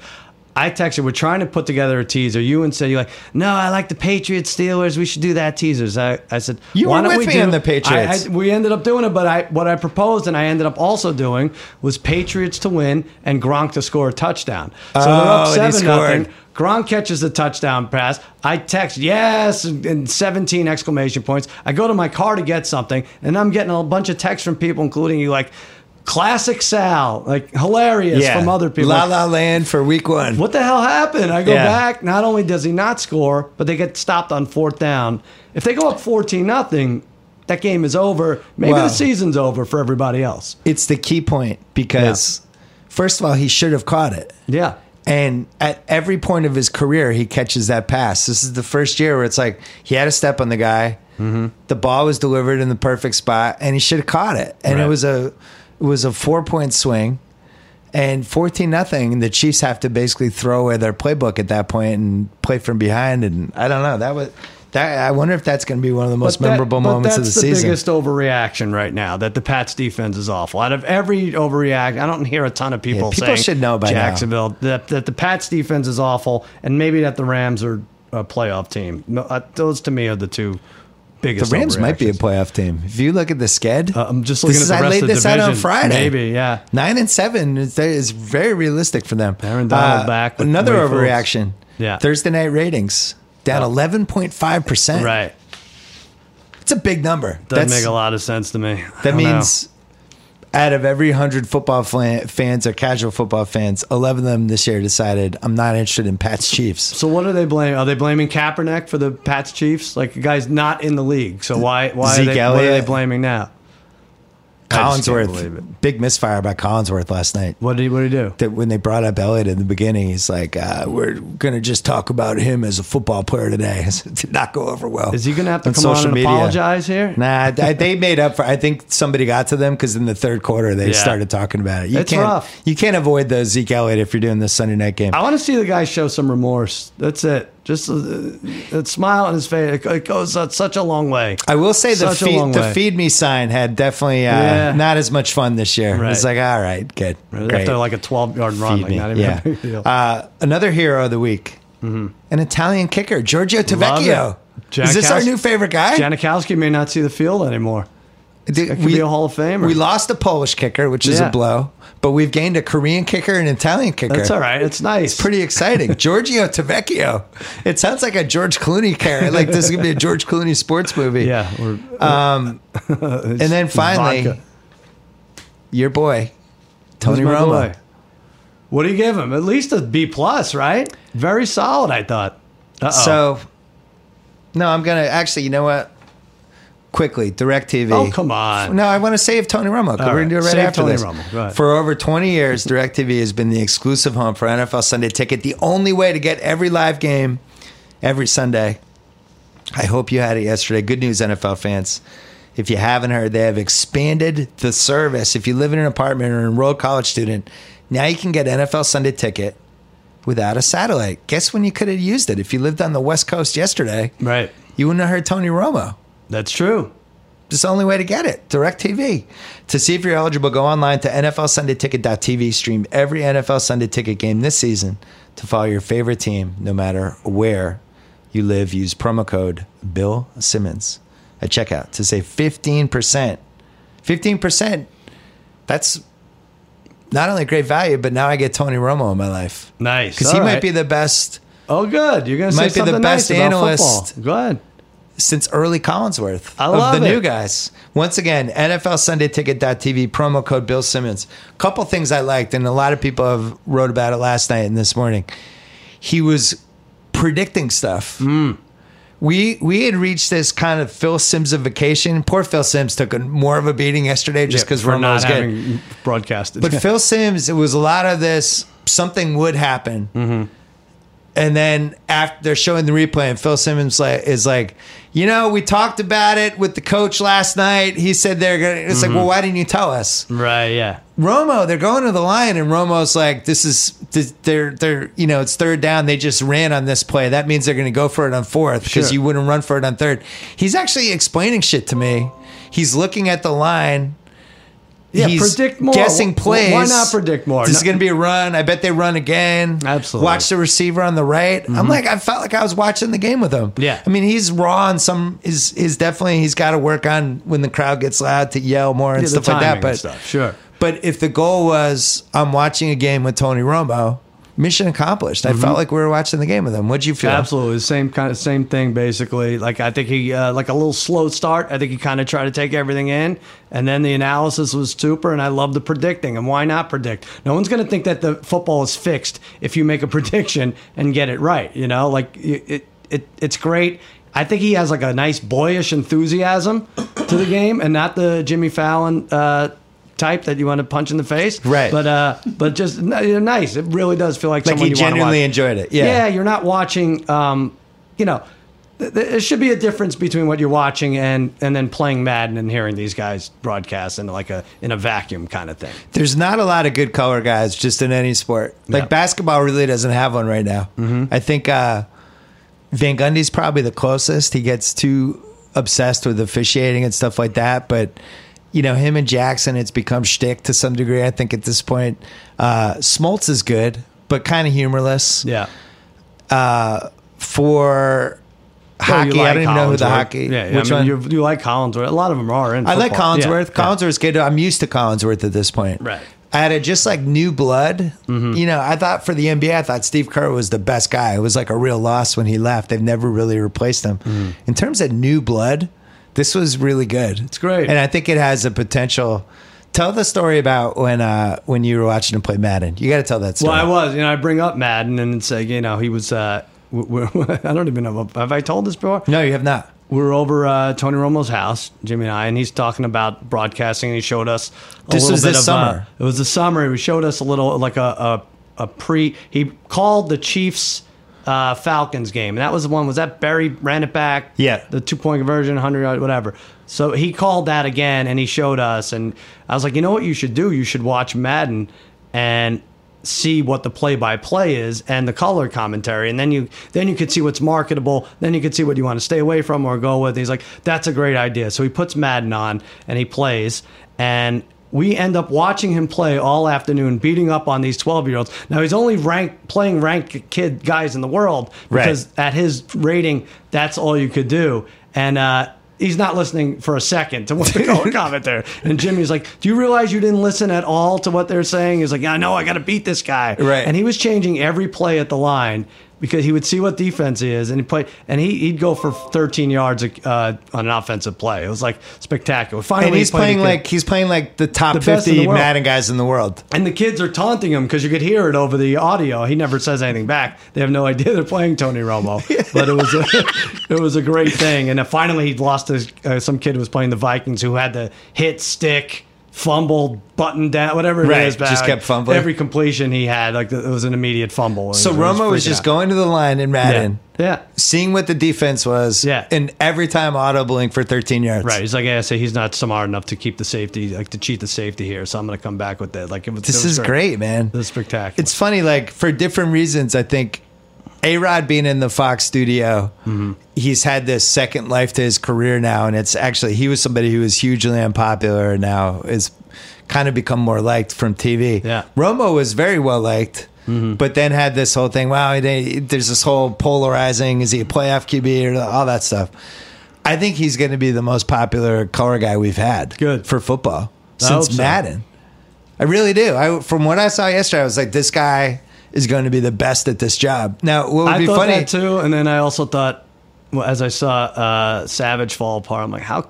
S2: I texted, we're trying to put together a teaser. You and said, you're like, no, I like the Patriots, Steelers. We should do that teasers. I, I said,
S1: You
S2: why
S1: were
S2: don't
S1: with me
S2: we do-
S1: on the Patriots.
S2: I- I- we ended up doing it, but I what I proposed and I ended up also doing was Patriots to win and Gronk to score a touchdown. So they're up
S1: Oh, and he
S2: seven nothing.
S1: scored.
S2: Gronk catches the touchdown pass. I text yes and 17 exclamation points. I go to my car to get something, and I'm getting a bunch of texts from people, including you, like classic Sal, like hilarious from other people.
S1: La
S2: Like,
S1: La Land for week one.
S2: what the hell happened? I go
S1: Yeah.
S2: back. Not only does he not score, but they get stopped on fourth down. If they go up fourteen nothing, that game is over. Maybe
S1: Wow.
S2: the season's over for everybody else.
S1: It's the key point because, first of all, he should have caught it.
S2: Yeah,
S1: And at every point of his career, he catches that pass. This is the first year where it's like he had a step on the guy.
S2: Mm-hmm.
S1: The ball was delivered in the perfect spot, and he should have caught it. And
S2: Right.
S1: it was a it was a four point swing, and fourteen nothing. The Chiefs have to basically throw away their playbook at that point and play from behind. And I don't know. That was that. I wonder if that's going to be one of the most
S2: But that-
S1: memorable
S2: but
S1: moments of the,
S2: that's the
S1: season.
S2: biggest overreaction right now that the Pats defense is awful. Out of every overreact, I don't hear a ton of people.
S1: Yeah, people
S2: saying
S1: should know by now.
S2: Jacksonville that that the Pats defense is awful, and maybe that the Rams are a playoff team. No, uh, those to me are the two
S1: The
S2: biggest.
S1: Rams might be a
S2: overreactions.
S1: playoff team. If you look at the sked,
S2: Uh, I'm just looking
S1: this
S2: at the
S1: is-
S2: rest
S1: I laid
S2: of the
S1: this out on
S2: division.
S1: Friday.
S2: Maybe, yeah.
S1: Nine and seven is, that is very realistic for them. Uh,
S2: Aaron Donald back with
S1: Another
S2: Wade Phillips.
S1: overreaction.
S2: Yeah.
S1: Thursday night ratings down eleven point five percent.
S2: Right.
S1: It's a big number.
S2: Doesn't
S1: That's-
S2: make a lot of sense to me. I
S1: That
S2: don't know.
S1: means out of every hundred football flan- fans or casual football fans, eleven of them this year decided I'm not interested in Pats Chiefs.
S2: So what are they blaming? Are they blaming Kaepernick for the Pats Chiefs? Like the guy's not in the league, so why why are
S1: Zeke
S2: they, what are they
S1: Elliott.
S2: blaming now? I just can't believe
S1: Collinsworth, big misfire by Collinsworth last night.
S2: What did he what did he do?
S1: that when they brought up Elliott in the beginning, he's like, uh, "We're gonna just talk about him as a football player today." it did not go over well.
S2: Is he going to have to
S1: on
S2: come on
S1: social
S2: and
S1: media.
S2: apologize here?
S1: Nah, I, they made up for. I think somebody got to them because in the third quarter they
S2: Yeah.
S1: started talking about it. You
S2: It's
S1: can't,
S2: rough.
S1: You can't avoid those Zeke Elliott if you're doing this Sunday night game.
S2: I want to see the guy show some remorse. That's it. Just a, a smile on his face. It, it goes uh, such a long way.
S1: I will say the
S2: Such a long
S1: feed, the
S2: way.
S1: feed me sign had definitely uh,
S2: Yeah.
S1: not as much fun this year.
S2: Right.
S1: It's like, all right, good, great.
S2: After like a 12 yard run,
S1: Feed
S2: like
S1: me.
S2: not even
S1: yeah.
S2: a big deal. Mm-hmm.
S1: Uh, another hero of the week, an Italian kicker, Giorgio Tavecchio.
S2: it.
S1: Is this our
S2: Janikowski-
S1: new favorite guy?
S2: Janikowski may not see the field anymore.
S1: Dude,
S2: That could be a Hall of Famer.
S1: We lost a Polish kicker, which is
S2: Yeah.
S1: a blow, but we've gained a Korean kicker and an Italian kicker.
S2: That's all right. It's nice.
S1: Pretty exciting. Giorgio Tavecchio. It sounds like a George Clooney character. Like this is gonna be a George Clooney sports movie.
S2: Yeah. Or,
S1: Um, And then finally,
S2: vodka.
S1: your boy,
S2: Who's
S1: Tony
S2: my
S1: Romo.
S2: boy? What do you give him? At least a B plus, right? Very solid, I thought. Uh-oh.
S1: So no, I'm gonna actually. You know what? Quickly, DirecTV.
S2: oh come on.
S1: No, I want to save Tony Romo. 'cause
S2: All
S1: We're going
S2: right.
S1: to do it right
S2: Save
S1: after
S2: Tony
S1: this.
S2: Romo. Go ahead.
S1: For over 20 years, DirecTV has been the exclusive home for NFL Sunday Ticket, the only way to get every live game every Sunday. I hope you had it yesterday. Good news, NFL fans. If you haven't heard, they have expanded the service. If you live in an apartment or an enrolled college student, now you can get NFL Sunday Ticket without a satellite. Guess when you could have used it? If you lived on the West Coast yesterday,
S2: Right.
S1: you wouldn't have heard Tony Romo.
S2: That's true.
S1: It's the only way to get it. DirecTV. To see if you're eligible, go online to NFLSundayTicket.tv. Stream every NFL Sunday Ticket game this season to follow your favorite team, no matter where you live. Use promo code Bill Simmons at checkout to save 15%. 15%. That's not only great value, but now I get Tony Romo in my life
S2: Nice.
S1: because
S2: All
S1: he
S2: right.
S1: might be the best
S2: Oh, good. You're gonna
S1: might
S2: say
S1: be the
S2: something
S1: best
S2: nice about
S1: analyst.
S2: football. Go ahead.
S1: since early Collinsworth
S2: I
S1: of
S2: love
S1: the
S2: it.
S1: new guys. Once again, NFL Sunday Ticket.tv, promo code Bill Simmons. Couple things I liked, and a lot of people have wrote about it last night and this morning. He was predicting stuff.
S2: Mm.
S1: We we had reached this kind of Phil Simsification. Poor Phil Sims took a, more of a beating yesterday just
S2: Yeah,
S1: because
S2: for
S1: Romo
S2: not
S1: was good.
S2: having broadcasted.
S1: But Phil Sims, it was a lot of this. Something would happen, and then after they're showing the replay, and Phil Simmons like is like, you know, we talked about it with the coach last night. He said they're gonna. It's like, well, why didn't you tell us,
S2: right. Yeah.
S1: Romo? They're going to the line, and Romo's like, this is this, they're they're you know, it's third down. They just ran on this play. That means they're gonna go for it on fourth because
S2: Sure.
S1: you wouldn't run for it on third. He's actually explaining shit to me. He's looking at the line.
S2: Yeah,
S1: he's
S2: predict more.
S1: guessing
S2: Wh- wh- why
S1: plays.
S2: not predict more?
S1: This is
S2: No-
S1: going to be a run. I bet they run again.
S2: Absolutely. Mm-hmm.
S1: Watch the receiver on the right. I'm like, I felt like I was watching the game with him.
S2: Yeah.
S1: I mean, he's raw and some is is definitely he's got to work on when the crowd gets loud to yell more and
S2: Yeah, the
S1: stuff like
S2: timing
S1: that.
S2: and
S1: But
S2: stuff, sure.
S1: But if the goal was I'm watching a game with Tony Romo, mission accomplished. I felt like we were watching the game with him. What'd you feel?
S2: Mm-hmm. Absolutely, the same kind of same thing basically. Like I think he uh, like a little slow start. I think he kind of tried to take everything in, and then the analysis was super. And I love the predicting. And why not predict? No one's going to think that the football is fixed if you make a prediction and get it right. You know, like it it, it it's great. I think he has like a nice boyish enthusiasm to the game, and not the Jimmy Fallon. Uh, Type that you want to punch in the face,
S1: Right.
S2: But uh, but just n- nice. It really does feel like
S1: Like
S2: someone
S1: he
S2: you wanna
S1: genuinely
S2: watch
S1: enjoyed it.
S2: yeah,
S1: Yeah.
S2: you're not watching. Um, you know, th- th- there should be a difference between what you're watching and and then playing Madden and hearing these guys broadcast in like a in a vacuum kind of thing.
S1: There's not a lot of good color guys just in any sport. Like
S2: No.
S1: basketball really doesn't have one right now.
S2: Mm-hmm.
S1: I think uh, Van Gundy's probably the closest. He gets too obsessed with officiating and stuff like that. But you know, him and Jackson, it's become shtick to some degree. I think at this point, uh, Smoltz is good, but kind of humorless.
S2: Yeah,
S1: For hockey, I don't even know who the
S2: Collinsworth.
S1: hockey.
S2: Yeah, yeah
S1: which
S2: I mean,
S1: one?
S2: You, you like Collinsworth. A lot of them are in.
S1: I like
S2: football. Yeah,
S1: Collinsworth.
S2: yeah.
S1: Collinsworth's good. I'm used to Collinsworth at this point.
S2: Right. Mm-hmm.
S1: Out of just like new blood, you know, I thought for the NBA, I thought Steve Kerr was the best guy. It was like a real loss when he left. They've never really replaced him.
S2: Mm-hmm.
S1: In terms of new blood, this was really good. It's
S2: great.
S1: and I think it has a potential. Tell the story about when uh, when you were watching him play Madden. You got to tell that story.
S2: Well, I was. You know, I bring up Madden and it's like you know he was. Uh, w- w- I don't even know. Have I told this before?
S1: no, you have not.
S2: we were over uh, Tony Romo's house, Jimmy and I, and he's talking about broadcasting. And he showed us a
S1: This
S2: little
S1: was
S2: bit
S1: this
S2: of,
S1: summer.
S2: Uh, it was the summer. He showed us a little like a a, a pre. He called the Chiefs. Uh, Falcons game, and that was the one. Was that Barry ran it back?
S1: Yeah.
S2: the two point conversion, hundred yard, whatever. So he called that again, and he showed us, and I was like, you know what, you should do? You should watch Madden, and see what the play by play is and the color commentary and then you then you could see what's marketable then you could see what you want to stay away from or go with he's like that's a great idea so he puts Madden on and he plays and we end up watching him play all afternoon beating up on these 12 year olds now he's only ranked playing ranked kid guys in the world
S1: Right.
S2: because at his rating that's all you could do and uh He's not listening for a second to what the color commentator. And Jimmy's like, "Do you realize you didn't listen at all to what they're saying?" He's like, "I know, I got to beat this guy."
S1: Right.
S2: And he was changing every play at the line because he would see what defense he is, and he play, and he, he'd go for 13 yards uh, on an offensive play. It was like spectacular. Finally,
S1: And he's
S2: he played
S1: playing
S2: a good-
S1: like he's playing like the top
S2: The best in the
S1: fifty
S2: world.
S1: Madden guys in the world.
S2: and the kids are taunting him because you could hear it over the audio. He never says anything back. They have no idea they're playing Tony Romo. But it was a, it was a great thing. And then finally, he lost his. Uh, some kid was playing the Vikings who had the hit stick. Fumbled, button down, whatever it is.
S1: Right,
S2: back.
S1: just kept fumbling.
S2: Every completion he had, like it was an immediate fumble.
S1: So
S2: It
S1: Romo was
S2: freaking
S1: just
S2: out.
S1: going to the line in Madden.
S2: Yeah. yeah.
S1: seeing what the defense was,
S2: Yeah.
S1: and every time audibling for 13 yards.
S2: Right. He's like, yeah, so he's not smart enough to keep the safety, like to cheat the safety here. So I'm going to come back with it. Like, it was, it
S1: This
S2: was
S1: is great, man.
S2: This is spectacular.
S1: It's funny, like, for different reasons, I think A Rod being in the Fox studio,
S2: Mm-hmm.
S1: he's had this second life to his career now. And it's actually, he was somebody who was hugely unpopular and now is kind of become more liked from TV.
S2: Yeah. Mm-hmm.
S1: Romo was very well liked. But then had this whole thing. Wow, they, there's this whole polarizing. Is he a playoff QB or all that stuff? I think he's going to be the most popular color guy we've had.
S2: Good.
S1: for football
S2: hope
S1: since
S2: so.
S1: Madden. I really do. I from what I saw yesterday, I was like, this guy is going to be the best at this job. Now, what would
S2: I
S1: be
S2: thought
S1: funny?
S2: that too, and then I also thought, well, as I saw uh, Savage fall apart, I'm like, how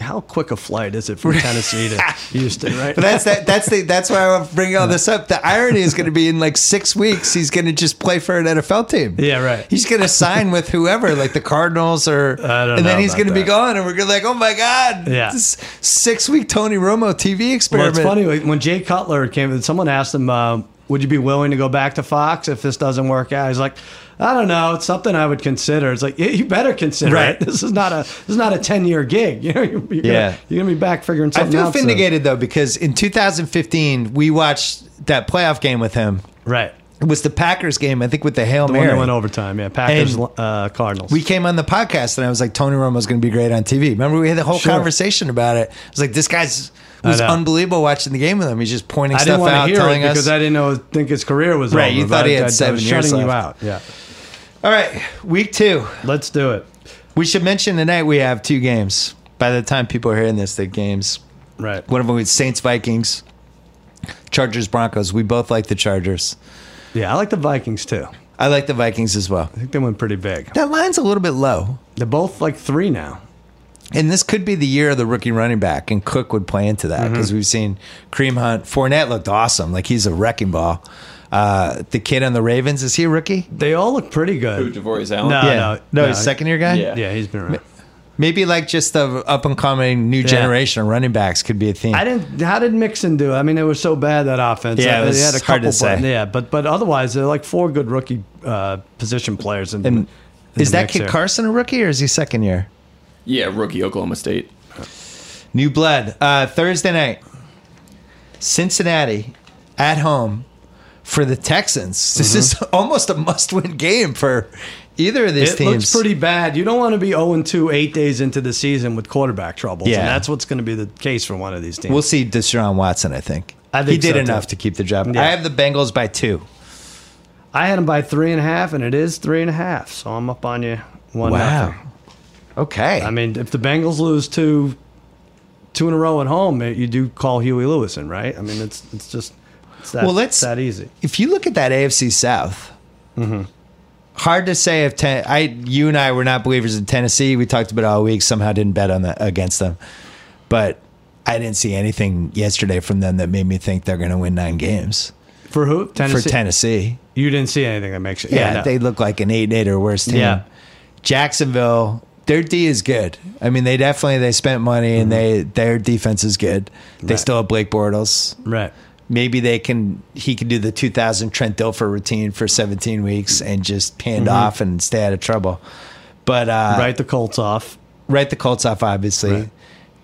S2: how quick a flight is it from Tennessee to Houston, right?
S1: But that's that. That's the. That's why I'm bringing all this up. The irony is going to be in like six weeks. He's going to just play for an NFL team.
S2: Yeah, right.
S1: He's going to sign with whoever, like the Cardinals, or
S2: I don't
S1: and then
S2: know
S1: he's
S2: about
S1: going to be
S2: that.
S1: gone, and we're gonna like, oh my god,
S2: Yeah.
S1: six week Tony Romo TV
S2: well,
S1: experiment.
S2: it's funny like, when Jay Cutler came. Someone asked him, uh, "Would you be willing to go back to Fox if this doesn't work out?" He's like. I don't know. It's something I would consider. It's like yeah, you better consider
S1: Right.
S2: it. This is not a this is not a ten year gig. You know, you're, you're
S1: Yeah.
S2: gonna, you're gonna be back figuring
S1: I
S2: something
S1: feel
S2: out. soon.
S1: vindicated though because in 2015 we watched that playoff game with him.
S2: Right.
S1: It was the Packers game, I think, with the Hail
S2: The one
S1: Mary.
S2: that went overtime. Yeah, Packers,
S1: And-
S2: uh, Cardinals.
S1: we came on the podcast and I was like, Tony Romo's going to be great on TV. Remember, we had the whole
S2: Sure.
S1: conversation about it. I was like, this guy's it was
S2: know.
S1: unbelievable watching the game with him. He's just pointing
S2: I
S1: stuff
S2: didn't want
S1: out,
S2: to hear it
S1: telling
S2: because
S1: us.
S2: I didn't know think his career was
S1: Right,
S2: Over,
S1: you thought
S2: but
S1: he
S2: I-
S1: had
S2: I- I was
S1: seven years
S2: shutting you out.
S1: left.
S2: Yeah,
S1: All right, week two.
S2: let's do it.
S1: We should mention tonight we have two games. By the time people are hearing this, the games.
S2: Right.
S1: One of them is Saints Vikings, Chargers Broncos. We both like the Chargers.
S2: Yeah, I like the Vikings too. I
S1: I like the Vikings as well.
S2: think they went pretty big.
S1: That line's a little bit low.
S2: They're both like three now.
S1: And this could be the year of the rookie running back, and Cook would play into that because we've seen Cream Hunt. Fournette looked awesome, like he's a wrecking ball. Uh, the kid on the Ravens is he a rookie?
S2: They all look pretty
S3: Who,
S2: good.
S3: Javorius Allen?
S2: No.
S1: yeah, Uh, no, he's second year guy.
S3: Yeah.
S2: Yeah, he's been around.
S1: Maybe like just the up and coming new generation of running backs could be a thing.
S2: I didn't. How did Mixon do? I mean, they were so bad that offense.
S1: Yeah, it
S2: Uh,
S1: was
S2: they had a
S1: hard
S2: couple,
S1: to say.
S2: but- yeah, but but otherwise, they're like four good rookie uh, position players. In, in
S1: and
S2: the
S1: is that
S2: mix
S1: kid
S2: there.
S1: Carson a rookie or is he second year?
S3: Yeah, rookie Oklahoma State.
S1: New blood. Uh, Thursday night, Cincinnati at home for the Texans. This is almost a must-win game for either of these
S2: It
S1: teams.
S2: looks pretty bad. You don't want to be 0 2 eight days into the season with quarterback troubles.
S1: Yeah.
S2: And that's what's going to be the case for one of these teams.
S1: We'll see Deshaun Watson. I think.
S2: I think
S1: he did
S2: so, too.
S1: enough to keep the job.
S2: Yeah.
S1: I have the Bengals by two.
S2: I had them by three and a half, and it is three and a half. So I'm up on you one nothing.
S1: Okay.
S2: I mean, if the Bengals lose two, two in a row at home, eh, you do call Huey Lewison, right? I mean, it's it's just it's that,
S1: Well, let's-
S2: it's that easy.
S1: if you look at that AFC South,
S2: Mm-hmm.
S1: hard to say if ten, I you and I were not believers in Tennessee. We talked about it all week. Somehow didn't bet on the, against them, but I didn't see anything yesterday from them that made me think they're going to win nine games
S2: For who? Tennessee.
S1: for Tennessee.
S2: You didn't see anything that makes it.
S1: Yeah,
S2: no.
S1: they look like an eight eight or worse team.
S2: Yeah.
S1: Jacksonville, their D is good. I mean, they definitely they spent money and they their defense is good. They
S2: Mm-hmm. Right.
S1: still have Blake Bortles.
S2: right.
S1: Maybe they can he can do the 2000 Trent Dilfer routine for 17 weeks and just panned
S2: Mm-hmm.
S1: off and stay out of trouble. But uh,
S2: Write the Colts off.
S1: write the Colts off, obviously.
S2: Right.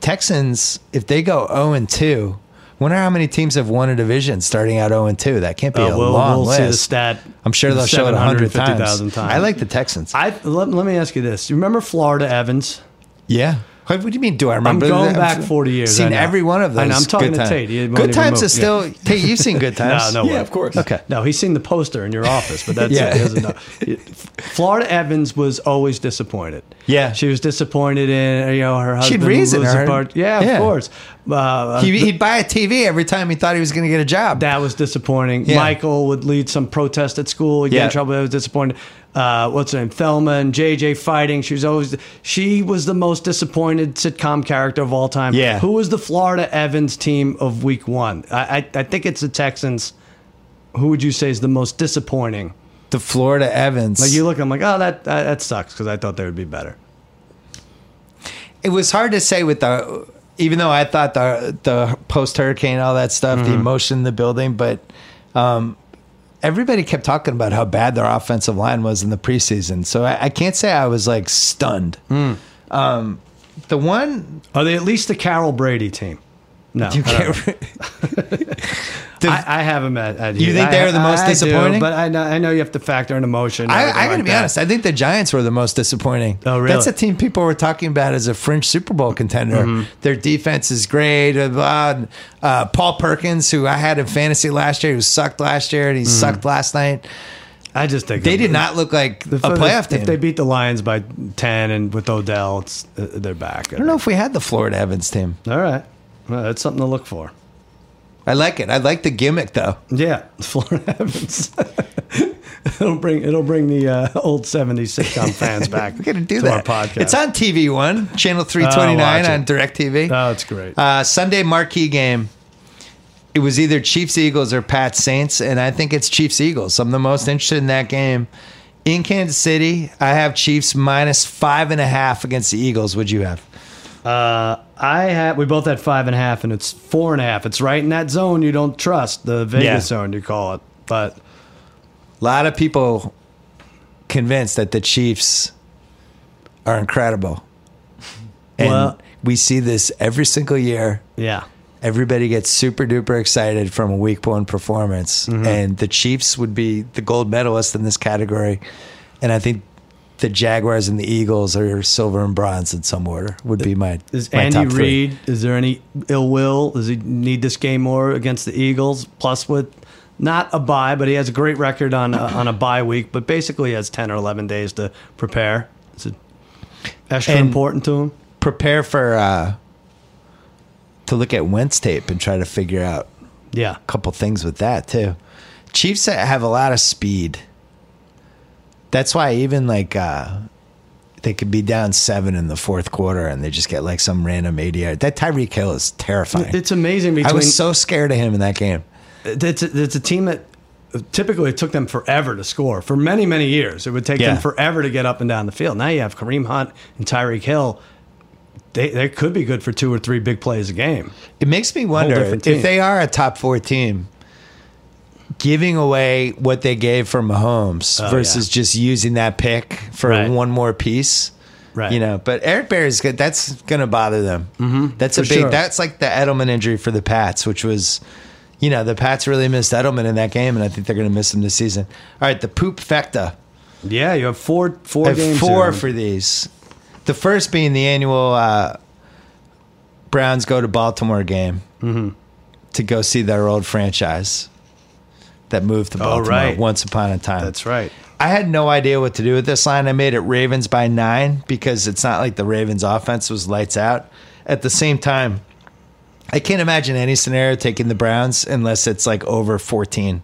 S1: Texans, if they go 0 and 2, wonder how many teams have won a division starting out 0 and 2. That can't be
S2: Uh,
S1: a
S2: we'll
S1: long
S2: we'll
S1: list.
S2: see the stat.
S1: I'm sure they'll show it a hundred times.
S2: 750,000 times.
S1: I like the Texans.
S2: I let, let me ask you this. You remember Florida Evans?
S1: yeah. What do you mean? Do I remember?
S2: I'm going
S1: that?
S2: back 40 years,
S1: Seen
S2: I know.
S1: every one of those.
S2: I know, I'm talking
S1: good
S2: to
S1: times.
S2: Tate, he won't
S1: Good
S2: even
S1: times
S2: move.
S1: is still. Tate, you've seen good times.
S2: No, no
S3: Yeah,
S2: way.
S3: of course.
S1: Okay.
S2: No, he's seen the poster in your office, but that's
S1: Yeah.
S2: it. He doesn't know. Florida Evans was always disappointed.
S1: Yeah.
S2: she was disappointed in you know her
S1: She'd
S2: husband.
S1: reason
S2: losing
S1: her.
S2: part- Yeah,
S1: Yeah.
S2: of course. Uh,
S1: He, he'd buy a TV every time he thought he was going to get a job.
S2: that was disappointing.
S1: Yeah.
S2: Michael would lead some protest at school. He'd get
S1: Yeah.
S2: in trouble. That was disappointing. Uh, what's her name? Thelma and JJ fighting. She was always. She was the most disappointed sitcom character of all time.
S1: Yeah.
S2: Who was the Florida Evans team of Week One? I I, I think it's the Texans. Who would you say is the most disappointing?
S1: the Florida Evans.
S2: Like you look, I'm like, oh, that that, that sucks because I thought they would be better.
S1: it was hard to say with the even though I thought the the post hurricane all that stuff
S2: Mm-hmm.
S1: the emotion in the building but um everybody kept talking about how bad their offensive line was in the preseason so I, I can't say I was like stunned
S2: Hmm.
S1: um the one
S2: Are they at least the Carol Brady team? No,
S1: you
S2: I don't know.
S1: can't The-
S2: I, I have them at. at
S1: You
S2: here.
S1: think
S2: I-
S1: they're the most
S2: I do,
S1: disappointing?
S2: but I know, I know you have to factor in emotion. and
S1: I,
S2: everything
S1: I gotta
S2: like
S1: be
S2: that.
S1: honest. I think the Giants were the most disappointing.
S2: Oh, really?
S1: That's a team people were talking about as a fringe Super Bowl contender.
S2: Mm-hmm.
S1: Their defense is great. uh, blah, and, Uh, Paul Perkins, who I had in fantasy last year, who sucked last year,
S2: Mm-hmm.
S1: and he sucked last night.
S2: I just think
S1: They did not look like a
S2: If- if-
S1: playoff team.
S2: If they beat the Lions by ten and with Odell, it's, uh, they're back.
S1: I don't know if we had the Florida Evans team.
S2: All right, well, that's something to look for.
S1: I like it. I like the gimmick though.
S2: Yeah, Florida Evans. it'll bring it'll bring the uh, old '70s sitcom fans back.
S1: We're gonna do
S2: to
S1: that.
S2: our podcast.
S1: It's on TV One, channel three twenty nine
S2: watch it.
S1: on Directv.
S2: Oh, it's great.
S1: Uh, Sunday marquee game. It was either Chiefs Eagles or Pat Saints, and I think it's Chiefs Eagles. I'm the most interested in that game. In Kansas City, I have Chiefs minus five and a half against the Eagles. Would you have?
S2: Uh, I had we both had five and a half, and it's four and a half. It's right in that zone you don't trust, the Vegas
S1: Yeah.
S2: zone you call it. But
S1: A lot of people convinced that the Chiefs are incredible, and
S2: Well-
S1: we see this every single year.
S2: yeah,
S1: Everybody gets super duper excited from a week one performance, and the Chiefs would be the gold medalist in this category, and I think the Jaguars and the Eagles are silver and bronze in some order. Would be my
S2: Is
S1: my
S2: Andy
S1: top three.
S2: Reid? Is there any ill will? Does he need this game more against the Eagles? Plus, with not a bye, but he has a great record on a, on a bye week. But basically, has ten or eleven days to prepare. Is it extra
S1: And-
S2: important to him?
S1: prepare for uh, to look at Wentz tape and try to figure out
S2: Yeah,
S1: a couple things with that too. Chiefs have a lot of speed. That's why even like uh, they could be down seven in the fourth quarter and they just get like some random eighty yard. That Tyreek Hill is terrifying.
S2: it's amazing. Between
S1: I was so scared of him in that game.
S2: it's a, it's a team that typically it took them forever to score for many many years. It would take
S1: Yeah.
S2: them forever to get up and down the field. Now you have Kareem Hunt and Tyreek Hill. They they could be good for two or three big plays a game.
S1: It makes me wonder
S2: different
S1: if
S2: team.
S1: they are a top four team, giving away what they gave for Mahomes
S2: Oh,
S1: versus
S2: yeah.
S1: just using that pick for
S2: Right.
S1: one more piece.
S2: Right.
S1: You know, but Eric Berry's good. That's going to bother them. Mm-hmm. That's a
S2: For
S1: big.
S2: sure.
S1: That's like the Edelman injury for the Pats, which was, you know, the Pats really missed Edelman in that game, and I think they're going to miss him this season. All right, the poop fecta.
S2: Yeah, you have four four
S1: I have
S2: games.
S1: four
S2: in.
S1: for these. The first being the annual uh, Browns go to Baltimore game
S2: Mm-hmm.
S1: to go see their old franchise that moved to Baltimore
S2: Oh, right.
S1: once upon a time.
S2: That's right.
S1: I had no idea what to do with this line. I made it Ravens by nine because it's not like the Ravens offense was lights out. At the same time, I can't imagine any scenario taking the Browns unless it's like over 14.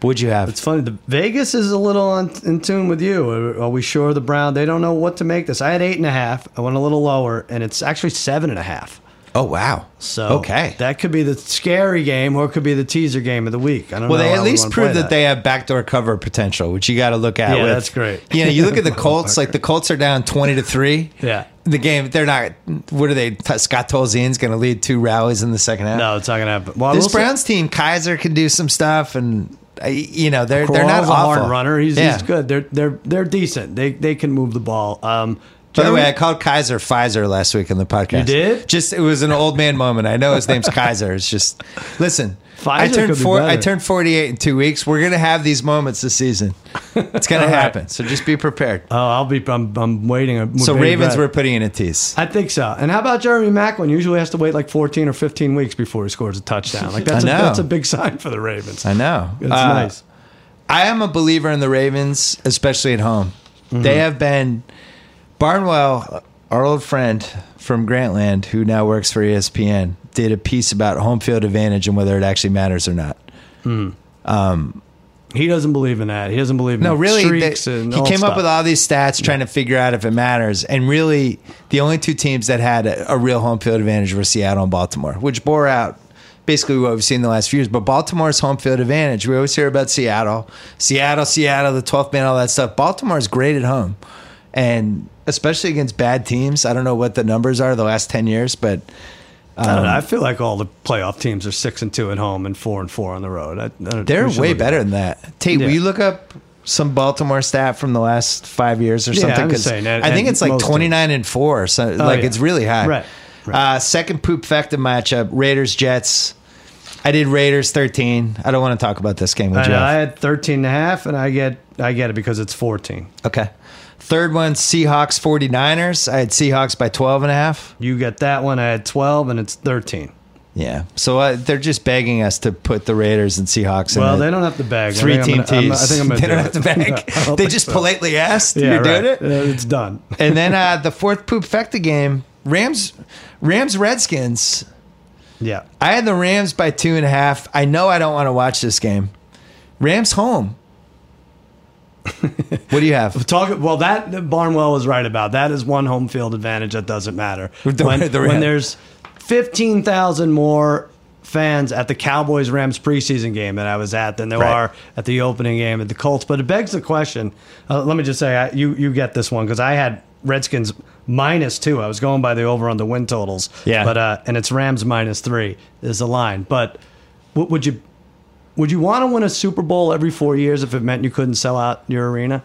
S1: What would you have?
S2: It's funny. The Vegas is a little on, in tune with you. Are, are we sure the Brown? They don't know what to make this. I had eight and a half. I went a little lower, and it's actually seven and a half.
S1: oh, wow.
S2: So
S1: okay.
S2: that could be the scary game, or it could be the teaser game of the week. I don't
S1: Well,
S2: know.
S1: they
S2: how
S1: at
S2: we
S1: least
S2: wanna
S1: prove
S2: play
S1: that. they have backdoor cover potential, which you got to look at.
S2: Yeah,
S1: with-
S2: that's great.
S1: You know, you look at the Colts. like the Colts are down twenty to three.
S2: Yeah.
S1: the game they're not. What are they? T- Scott Tolzien's going to lead two rallies in the second half.
S2: No, it's not going to happen. Well, I
S1: this
S2: will say-
S1: Browns team, Kaiser can do some stuff, and uh, you know they're they're not
S2: Corral's a
S1: awful.
S2: hard runner. He's,
S1: Yeah.
S2: he's good. They're they're they're decent. They they can move the ball. Um,
S1: By the way, I
S2: Jeremy-
S1: called Kaiser Pfizer last week on the podcast.
S2: You did?
S1: Just it was an old man moment. I know his name's Kaiser. It's just listen. I
S2: Pfizer
S1: turned
S2: could be
S1: four. I
S2: better.
S1: turned forty-eight in two weeks. We're gonna have these moments this season. It's gonna happen. So just be prepared.
S2: oh, I'll be. I'm, I'm waiting. I'm
S1: so
S2: waiting
S1: Ravens
S2: back.
S1: were putting in a tease.
S2: I think so. And how about Jeremy Macklin? Usually has to wait like 14 or 15 weeks before he scores a touchdown. Like that's a,
S1: I know.
S2: that's a big sign for the Ravens.
S1: I know.
S2: It's
S1: Uh,
S2: nice.
S1: I am a believer in the Ravens, especially at home. They have been Barnwell, our old friend from Grantland, who now works for E ESPN, did a piece about home field advantage and whether it actually matters or not.
S2: He doesn't believe in that. He doesn't believe in
S1: No, really,
S2: streaks
S1: they-
S2: and
S1: he
S2: all
S1: came
S2: stuff.
S1: up with all these stats trying to figure out if it matters. And really, the only two teams that had a, a real home field advantage were Seattle and Baltimore, which bore out basically what we've seen the last few years. But Baltimore's home field advantage, we always hear about Seattle, Seattle, Seattle, the 12th man, all that stuff. Baltimore's great at home, and especially against bad teams. I don't know what the numbers are the last 10 years, but
S2: I, don't know. I feel like all the playoff teams are six and two at home and four and four on the road. I, I don't,
S1: they're
S2: we should
S1: way
S2: look at
S1: better than that. Tate, will
S2: Yeah.
S1: you look up? Some Baltimore stat from the last five years or
S2: Yeah,
S1: something.
S2: I'm
S1: 'Cause
S2: saying that-
S1: I think
S2: and
S1: it's like
S2: most teams.
S1: 29 and four. So like
S2: yeah.
S1: it's really high.
S2: Right, right.
S1: Uh, second poop fecta matchup: Raiders Jets. I did Raiders 13. I don't want to talk about this game with
S2: I,
S1: you.
S2: know, I had 13 and a half, and I get I get it because it's 14.
S1: Okay. Third one: Seahawks 49ers. I had Seahawks by 12 and a half.
S2: You get that one. I had 12, and it's 13.
S1: Yeah. So uh, they're just begging us to put the Raiders and Seahawks.
S2: Well,
S1: in
S2: they
S1: the
S2: don't have to bag. I
S1: Three
S2: think
S1: team
S2: I'm gonna- I'm-
S1: teams.
S2: I think I'm gonna
S1: they
S2: do
S1: don't have to
S2: it.
S1: beg.
S2: I don't
S1: they
S2: think
S1: just
S2: so.
S1: politely asked.
S2: Yeah,
S1: You're doing it.
S2: right. Uh, It's done.
S1: And then uh, the fourth poop fecta game, Rams, Rams Redskins.
S2: Yeah.
S1: I had the Rams by two and a half. I know I don't want to watch this game. Rams home. what do you have?
S2: Talk well. That Barnwell was right about. That is one home field advantage that doesn't matter.
S1: The-
S2: when,
S1: the
S2: when
S1: Rams.
S2: there's fifteen thousand more fans at the Cowboys Rams preseason game that I was at than there
S1: Right.
S2: are at the opening game at the Colts. But it begs the question. Uh, let me just say, I, you you get this one because I had Redskins minus two. I was going by the over on the win totals.
S1: Yeah.
S2: But uh, and it's Rams minus three is the line. But what would you? Would you want to win a Super Bowl every four years if it meant you couldn't sell out your arena?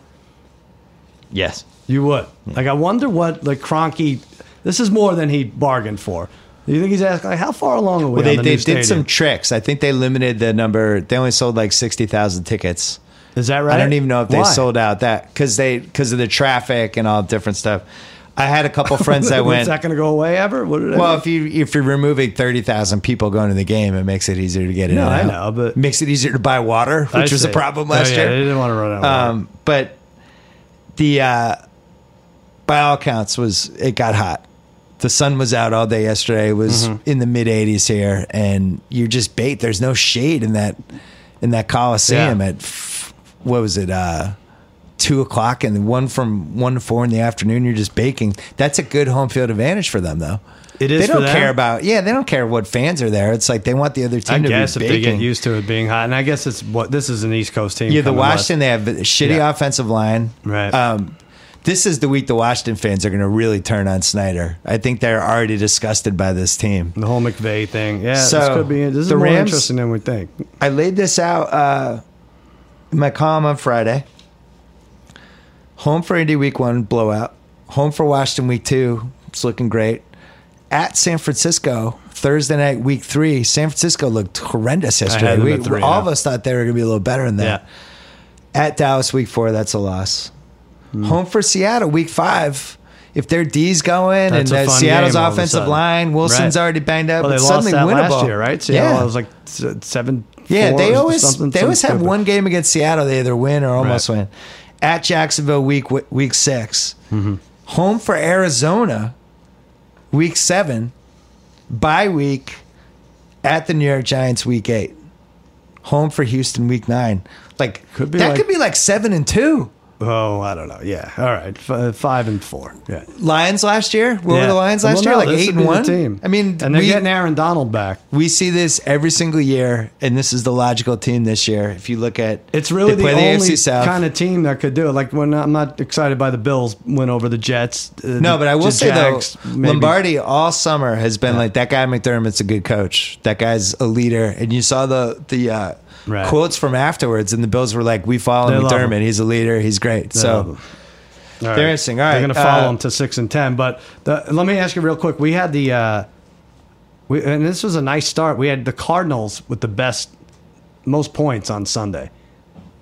S1: Yes.
S2: You would. Like I wonder what like Cronky. This is more than he bargained for. Do you think he's asking like how far along are we?
S1: Well, they,
S2: on
S1: they
S2: the new
S1: did some
S2: stadium?
S1: tricks. I think they limited the number. They only sold like sixty thousand tickets.
S2: Is that right?
S1: I don't even know if they
S2: Why?
S1: sold out that because they because of the traffic and all different stuff. I had a couple friends that
S2: Is
S1: went.
S2: that going to go away ever? What did I
S1: Well,
S2: do?
S1: if you if you're removing thirty thousand people going to the game, it makes it easier to get in.
S2: No,
S1: and
S2: I
S1: out.
S2: know, but-
S1: makes it easier to buy water,
S2: I
S1: which was a
S2: see.
S1: problem
S2: Oh,
S1: last
S2: yeah,
S1: year.
S2: They didn't want to run out. of water.
S1: Um, but the uh, by all accounts was it got hot. The sun was out all day yesterday. It was
S2: Mm-hmm.
S1: in the mid 80s here, and you're just bait. There's no shade in that in that Coliseum
S2: Yeah.
S1: at f- what was it uh, two o'clock and one from one to four in the afternoon. You're just baking. That's a good home field advantage for them, though.
S2: It is
S1: They don't
S2: for them.
S1: care about yeah. They don't care what fans are there. It's like they want the other team
S2: I
S1: to
S2: guess if
S1: be
S2: they
S1: baking.
S2: get used to it being hot, and I guess it's what this is an East Coast team.
S1: Yeah, the
S2: coming west.
S1: Washington, they have a shitty
S2: Yeah.
S1: offensive line.
S2: Right.
S1: Um, this is the week the Washington fans are going to really turn on Snyder. I think they're already disgusted by this team.
S2: the whole McVay thing. Yeah, this
S1: So,
S2: could be. This is
S1: the
S2: more
S1: Rams-
S2: interesting than we think.
S1: I laid this out uh, in my column on Friday. Home for Indy week one, blowout. Home for Washington week two, it's looking great. At San Francisco, Thursday night week three, San Francisco looked horrendous yesterday.
S2: them
S1: We,
S2: at three,
S1: all
S2: yeah.
S1: of us thought they were going to be a little better than that.
S2: Yeah, Hmm.
S1: at Dallas week four, that's a loss. Home for Seattle week five. If their D's going
S2: That's a
S1: and uh,
S2: fun
S1: Seattle's
S2: game all of a
S1: offensive
S2: sudden.
S1: line, Wilson's
S2: Right.
S1: already banged up.
S2: well, they
S1: it's
S2: lost
S1: suddenly
S2: that
S1: winnable.
S2: last year, right? So,
S1: yeah,
S2: yeah, it was like s- seven.
S1: yeah.
S2: four
S1: They
S2: or
S1: always
S2: something,
S1: they
S2: some
S1: always have
S2: stupid.
S1: one game against Seattle. They either win or almost
S2: Right.
S1: win. At Jacksonville week w- week 6
S2: Mm-hmm.
S1: home for Arizona week seven, bye week at the New York Giants week eight, home for Houston week nine. Like
S2: Could be
S1: that
S2: like-
S1: could be like seven and two.
S2: Oh, I don't know. Yeah, all right, F- uh, five and four. Yeah.
S1: Lions last year? What were
S2: Yeah.
S1: the Lions last
S2: Well,
S1: year?
S2: no,
S1: Like
S2: this
S1: eight
S2: would
S1: and
S2: be the
S1: one.
S2: Team.
S1: I mean,
S2: and they're
S1: we,
S2: getting Aaron Donald back.
S1: we see this every single year, and this is the logical team this year. If you look at,
S2: It's really
S1: they
S2: the
S1: play the,
S2: only
S1: AFC South.
S2: kind of team that could do it. Like, when I'm not excited by the Bills win over the Jets. uh,
S1: no, but I will
S2: the
S1: say
S2: Jags,
S1: though,
S2: maybe.
S1: Lombardi all summer has been like that guy McDermott's a good coach. That guy's a leader, and you saw the the uh,
S2: Right.
S1: quotes from afterwards, and the Bills were like, "We follow
S2: They love him.
S1: McDermott. He's a leader. He's great."
S2: They love
S1: so
S2: him. All
S1: They're interesting. All right,
S2: They're going to follow
S1: uh,
S2: them to six and ten. But the, let me ask you real quick. We had the, uh, we, and this was a nice start. We had the Cardinals with the best, most points on Sunday.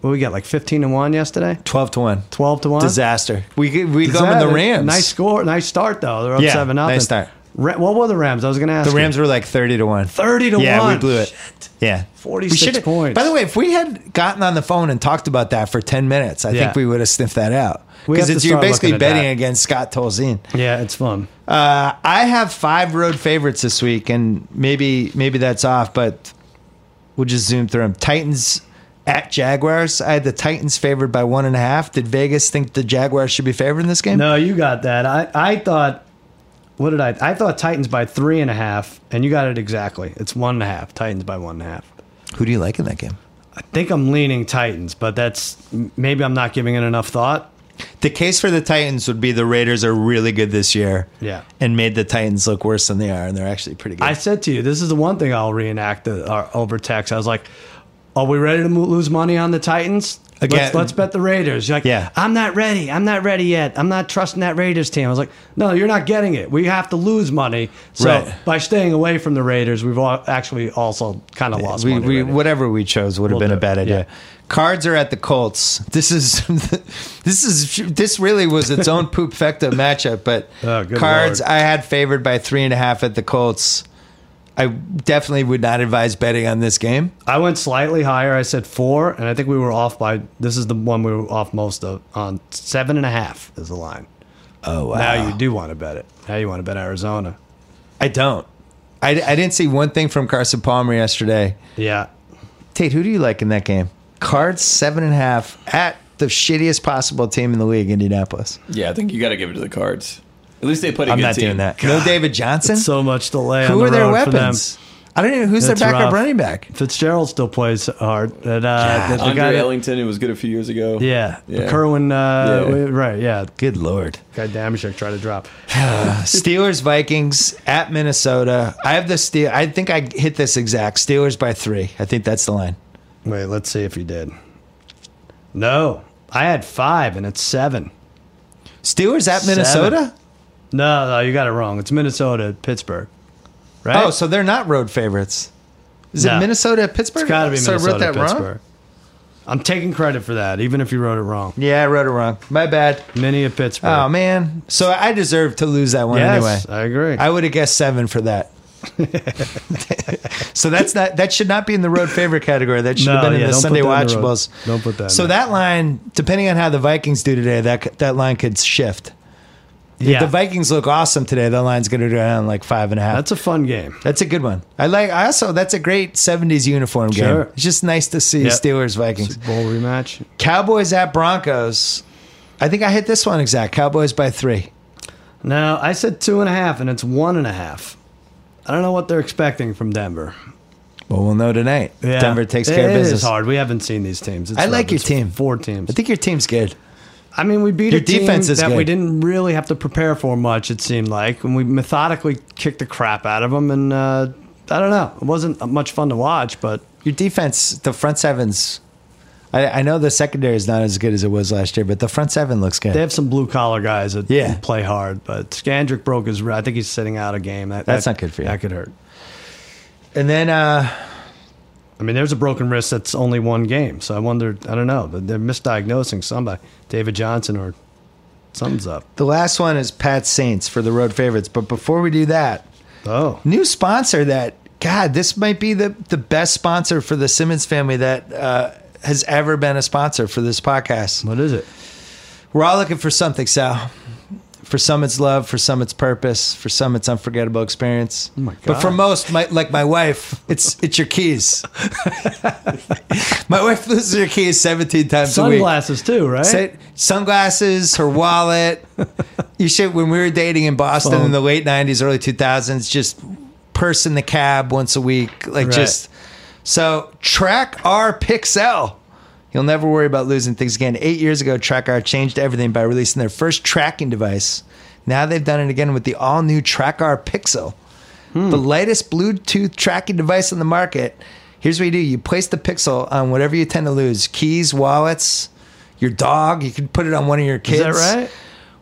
S2: What we got? Like fifteen to one yesterday.
S1: twelve to one,
S2: Twelve to one.
S1: disaster. We we
S2: Is
S1: go with
S2: that
S1: the
S2: a
S1: Rams.
S2: Nice score. Nice start though. They're up
S1: Yeah,
S2: seven nothing.
S1: nice start.
S2: Ra- what were the Rams? I was going to ask.
S1: The Rams were like thirty to one.
S2: thirty to
S1: yeah,
S2: one.
S1: we blew it. Yeah,
S2: 46
S1: We should've-
S2: points.
S1: By the way, if we had gotten on the phone and talked about that for ten minutes, I
S2: Yeah.
S1: think we would have sniffed that out
S2: We
S1: because
S2: have to
S1: it's you're
S2: start
S1: basically
S2: looking at
S1: betting
S2: that.
S1: against Scott Tolzien.
S2: Yeah, it's fun.
S1: Uh, I have five road favorites this week, and maybe maybe that's off, but we'll just zoom through them. Titans at Jaguars. I had the Titans favored by one and a half. Did Vegas think the Jaguars should be favored in this game?
S2: No, you got that. I, I thought, what did I? I thought Titans by three and a half, and you got it exactly. It's one and a half. Titans by one and a half.
S1: Who do you like in that game?
S2: I think I'm leaning Titans, but that's maybe I'm not giving it enough thought.
S1: The case for the Titans would be the Raiders are really good this year.
S2: Yeah.
S1: And made the Titans look worse than they are, and they're actually pretty good.
S2: I said to you, this is the one thing I'll reenact the, our, over text. I was like, "Are we ready to mo- lose money on the Titans?"
S1: Again-
S2: let's, let's bet the Raiders. You're like,
S1: Yeah.
S2: I'm not ready. I'm not ready yet. I'm not trusting that Raiders team. I was like, no, you're not getting it. We have to lose money. So
S1: Right.
S2: by staying away from the Raiders, we've all, actually also kind of lost
S1: we,
S2: money.
S1: we
S2: already.
S1: whatever we chose would have
S2: We'll
S1: been a
S2: do it,
S1: bad idea. Cards are at the Colts. This is this is this really was its own poop fecta matchup. But
S2: Oh, good
S1: cards
S2: lord.
S1: I had favored by three and a half at the Colts. I definitely would not advise betting on this game.
S2: I went slightly higher. I said four, and I think we were off by. This is the one we were off most of on seven and a half is the line.
S1: Oh
S2: Now you do want to bet it. Now you want to bet Arizona.
S1: I don't. I, I didn't see one thing from Carson Palmer yesterday.
S2: Yeah.
S1: Tate, who do you like in that game? Cards seven and a half at the shittiest possible team in the league, Indianapolis.
S3: Yeah, I think you got to give it to the Cards. At least they played a
S1: I'm
S3: good
S1: not
S3: team.
S1: doing that. No David Johnson.
S2: So much delay.
S1: Who
S2: on the
S1: are their
S2: road for them.
S1: weapons? I don't even. Who's
S2: It's
S1: their backup
S2: rough.
S1: running back?
S2: Fitzgerald still plays hard. And, uh,
S1: Yeah.
S2: the, the
S3: Andre
S2: guy that-
S3: Ellington, it was good a few years ago.
S2: yeah.
S3: Yeah.
S2: Kerwin. Uh,
S3: Yeah.
S2: w- Right. Yeah.
S1: Good lord.
S2: Guy Damashek tried to drop.
S1: Uh, Steelers Vikings at Minnesota. I have the steel. I think I hit this exact Steelers by three. I think that's the line.
S2: Wait, let's see if he did. No. I had five, and it's seven.
S1: Steelers at
S2: Seven.
S1: Minnesota.
S2: No, no, you got it wrong. It's Minnesota, Pittsburgh. right?
S1: Oh, so they're not road favorites. Is
S2: No.
S1: it Minnesota at Pittsburgh?
S2: it's got to be
S1: So
S2: Minnesota.
S1: I wrote that
S2: Pittsburgh.
S1: wrong.
S2: I'm taking credit for that, even if you wrote it wrong.
S1: Yeah, I wrote it wrong. My bad.
S2: Many of Pittsburgh.
S1: Oh man. So I deserve to lose that one
S2: yes,
S1: anyway.
S2: I agree.
S1: I would have guessed seven for that. so that's not that should not be in the road favorite category. That should
S2: No,
S1: have been in
S2: yeah,
S1: the
S2: don't put
S1: Sunday
S2: that in the road.
S1: watchables.
S2: Don't put that in
S1: So
S2: there.
S1: that line, depending on how the Vikings do today, that c- that line could shift.
S2: yeah,
S1: The Vikings look awesome today. That line's going to go down like five and a half.
S2: that's a fun game.
S1: That's a good one. I like. I also that's a great '70s uniform
S2: Sure.
S1: game. It's just nice to see
S2: Yep.
S1: Steelers Vikings.
S2: Super Bowl rematch.
S1: Cowboys at Broncos. I think I hit this one exact. Cowboys by three.
S2: No, I said two and a half, and it's one and a half. I don't know what they're expecting from Denver.
S1: Well, we'll know tonight.
S2: Yeah.
S1: Denver takes care of business.
S2: It is hard. We haven't seen these teams. It's
S1: I like
S2: rough.
S1: your
S2: It's
S1: team.
S2: Four teams.
S1: I think your team's good.
S2: I mean, we beat
S1: Your
S2: a team
S1: defense is
S2: that
S1: good.
S2: we didn't really have to prepare for much. It seemed like, and we methodically kicked the crap out of them. And uh, I don't know, it wasn't much fun to watch, but
S1: Your defense, the front sevens. I, I know the secondary is not as good as it was last year, but the front seven looks good.
S2: they have some blue collar guys that
S1: Yeah.
S2: play hard. But Skandrick broke his. wri- I think he's sitting out a game. That,
S1: That's
S2: that-
S1: not good for you.
S2: That could hurt.
S1: and then uh,
S2: I mean, there's a broken wrist that's only one game. So I wonder. I don't know. They're misdiagnosing somebody. David Johnson or something's up.
S1: the last one is Pat Saints for the road favorites. But before we do that,
S2: Oh,
S1: new sponsor that god this might be the, the best sponsor for the simmons family that uh, has ever been a sponsor for this podcast
S2: what is it?
S1: we're all looking for something sal for some it's love for some it's purpose for some it's unforgettable experience
S2: Oh my
S1: but for
S2: God.
S1: most my, like my wife it's it's your keys my wife loses her keys 17 times a week
S2: Sunglasses too, right?
S1: Sa- sunglasses, her wallet. you should when we were dating in Boston
S2: Phone.
S1: in the late '90s, early 2000s, just purse in the cab once a week, like
S2: Right.
S1: just. So track our Pixel. You'll never worry about losing things again. Eight years ago, TrackR changed everything by releasing their first tracking device. Now they've done it again with the all-new TrackR Pixel the lightest Bluetooth tracking device on the market. Here's what you do: you place the Pixel on whatever you tend to lose, keys, wallets, your dog. You can put it on one of your
S2: is
S1: kids.
S2: that right?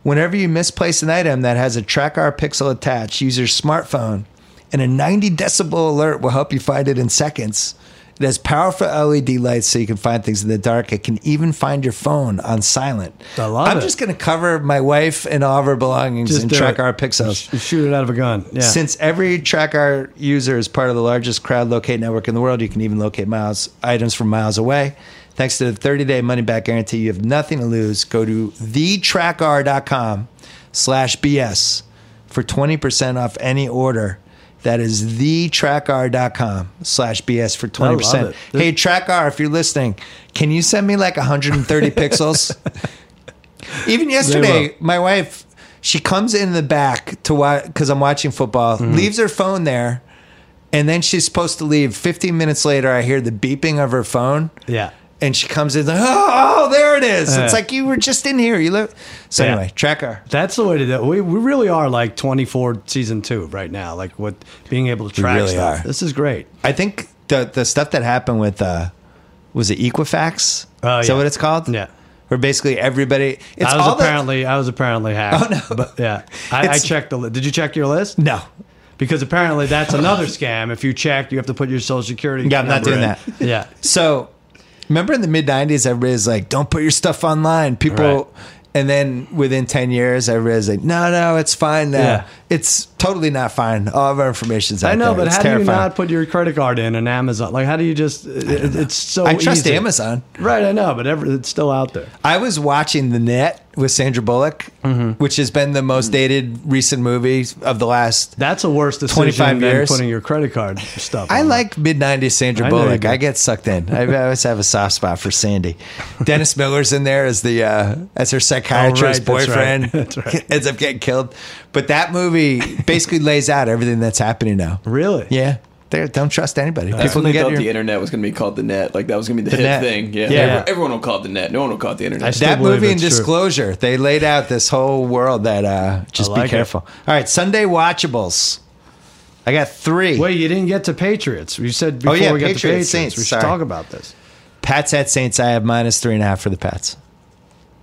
S1: Whenever you misplace an item that has a TrackR Pixel attached, use your smartphone, and a 90 decibel alert will help you find it in seconds. It has powerful LED lights so you can find things in the dark. It can even find your phone on silent.
S2: I love
S1: I'm
S2: it.
S1: just going to cover my wife and all of her belongings
S2: Just
S1: in
S2: do it.
S1: TrackR Pixels.
S2: Sh- Shoot it out of a gun. Yeah.
S1: Since every tracker user is part of the largest crowd locate network in the world, you can even locate miles items from miles away. Thanks to the 30-day money-back guarantee, you have nothing to lose. Go to thetrackr.com slash BS for 20% off any order. That is thetrackr.com slash BS for 20%.
S2: it.
S1: Hey, TrackR, if you're listening, can you send me like 130 pixels? Even yesterday, my wife, she comes in the back to watch because I'm watching football,
S2: Mm-hmm.
S1: leaves her phone there, and then she's supposed to leave. 15 minutes later, I hear the beeping of her phone,
S2: yeah.
S1: and she comes in like, "Oh, oh, there it is!" It's
S2: Yeah.
S1: like you were just in here. You live. So
S2: Yeah.
S1: anyway, tracker.
S2: That's the way to do it. We, we really are like 24 season two right now. Like what being able to track
S1: really
S2: stuff.
S1: are.
S2: This is great.
S1: I think the the stuff that happened with uh, was it Equifax?
S2: Oh,
S1: Is that
S2: yeah.
S1: what it's called?
S2: Yeah.
S1: Where basically everybody. It's
S2: I was
S1: all the-
S2: apparently I was apparently hacked.
S1: Oh, no.
S2: But yeah, I, I
S1: It's-
S2: checked the. li- Did you check your list?
S1: no.
S2: Because apparently that's another scam. If you check, you have to put your social security.
S1: Yeah, I'm not
S2: number
S1: doing
S2: in. Yeah.
S1: So remember in the mid '90s, everybody's like, "Don't put your stuff online." People,
S2: Right.
S1: and then within ten years, everybody's like, "No, no, it's fine now.
S2: Yeah.
S1: It's totally not fine. All of our information's out
S2: I know,
S1: there.
S2: but
S1: It's
S2: how do you
S1: terrifying.
S2: not put your credit card in an Amazon? Like, how do you just? It, it's so.
S1: I trust
S2: easy.
S1: Amazon.
S2: Right, I know, but every, it's still out there.
S1: I was watching The Net with Sandra Bullock,
S2: Mm-hmm.
S1: which has been the
S2: Mm.
S1: most dated recent movie of the last.
S2: That's a worse decision
S1: 25
S2: than
S1: years.
S2: putting your credit card stuff.
S1: I
S2: on.
S1: like mid '90s Sandra
S2: I know you
S1: Bullock.
S2: do.
S1: I get sucked in. I always have a soft spot for Sandy. Dennis Miller's in there as the uh, as her psychiatrist
S2: Oh, right, that's
S1: boyfriend.
S2: right. That's right.
S1: Ends up getting killed. But that movie basically lays out everything that's happening now.
S2: Really?
S1: Yeah. There, don't trust anybody.
S3: That's
S1: People can
S3: when they
S1: get
S3: thought
S1: your,
S3: the internet was going to be called the net. Like that was going to be the, hit
S1: net.
S3: thing. Yeah.
S1: Yeah.
S3: Every- everyone will call it the net. No one will call it the internet.
S2: I
S1: that
S2: still believe
S1: movie in
S2: it's true.
S1: Disclosure, they laid out this whole world that uh, just
S2: I like
S1: be
S2: it.
S1: careful. All right, Sunday watchables. I got three.
S2: Wait, you didn't get to Patriots. You said before
S1: Oh, yeah,
S2: we got
S1: Patriots,
S2: to Patriots.
S1: Saints,
S2: we should
S1: sorry.
S2: talk about this.
S1: Pats at Saints. I have minus three and a half for the Pats.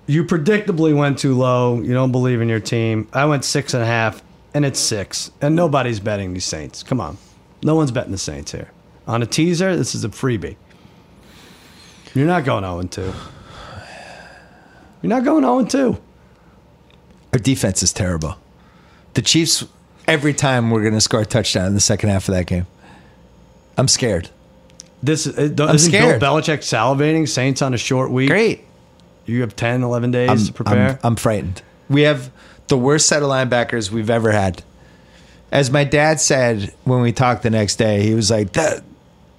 S2: You predictably went too low. You don't believe in your team. I went six and a half. and it's six, and nobody's betting these Saints. Come on, no one's betting the Saints here. On a teaser, this is a freebie. You're not going 0 2. You're not going 0 2.
S1: Our defense is terrible. The Chiefs, every time we're going to score a touchdown in the second half of that game. I'm scared.
S2: This is not
S1: scared.
S2: Bill Belichick salivating Saints on a short week.
S1: Great.
S2: You have 10, 11 days
S1: I'm,
S2: to prepare.
S1: I'm, I'm frightened. We have the worst set of linebackers we've ever had. As my dad said when we talked the next day, he was like, the,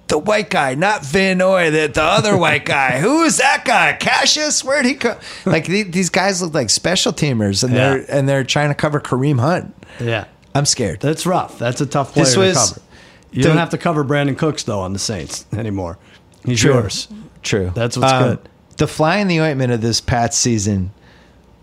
S1: the white guy, not Vinoy, the, the other white guy. Who is that guy? Cassius? Where'd he come? Like the- these guys look like special teamers and
S2: Yeah.
S1: they're and they're trying to cover Kareem Hunt.
S2: yeah.
S1: I'm scared.
S2: That's rough. That's a tough player
S1: This
S2: to
S1: was-
S2: cover. You
S1: the-
S2: don't have to cover Brandon Cooks, though, on the Saints anymore. He's
S1: True.
S2: yours.
S1: True.
S2: That's what's good.
S1: Um, The fly in the ointment of this Pats season,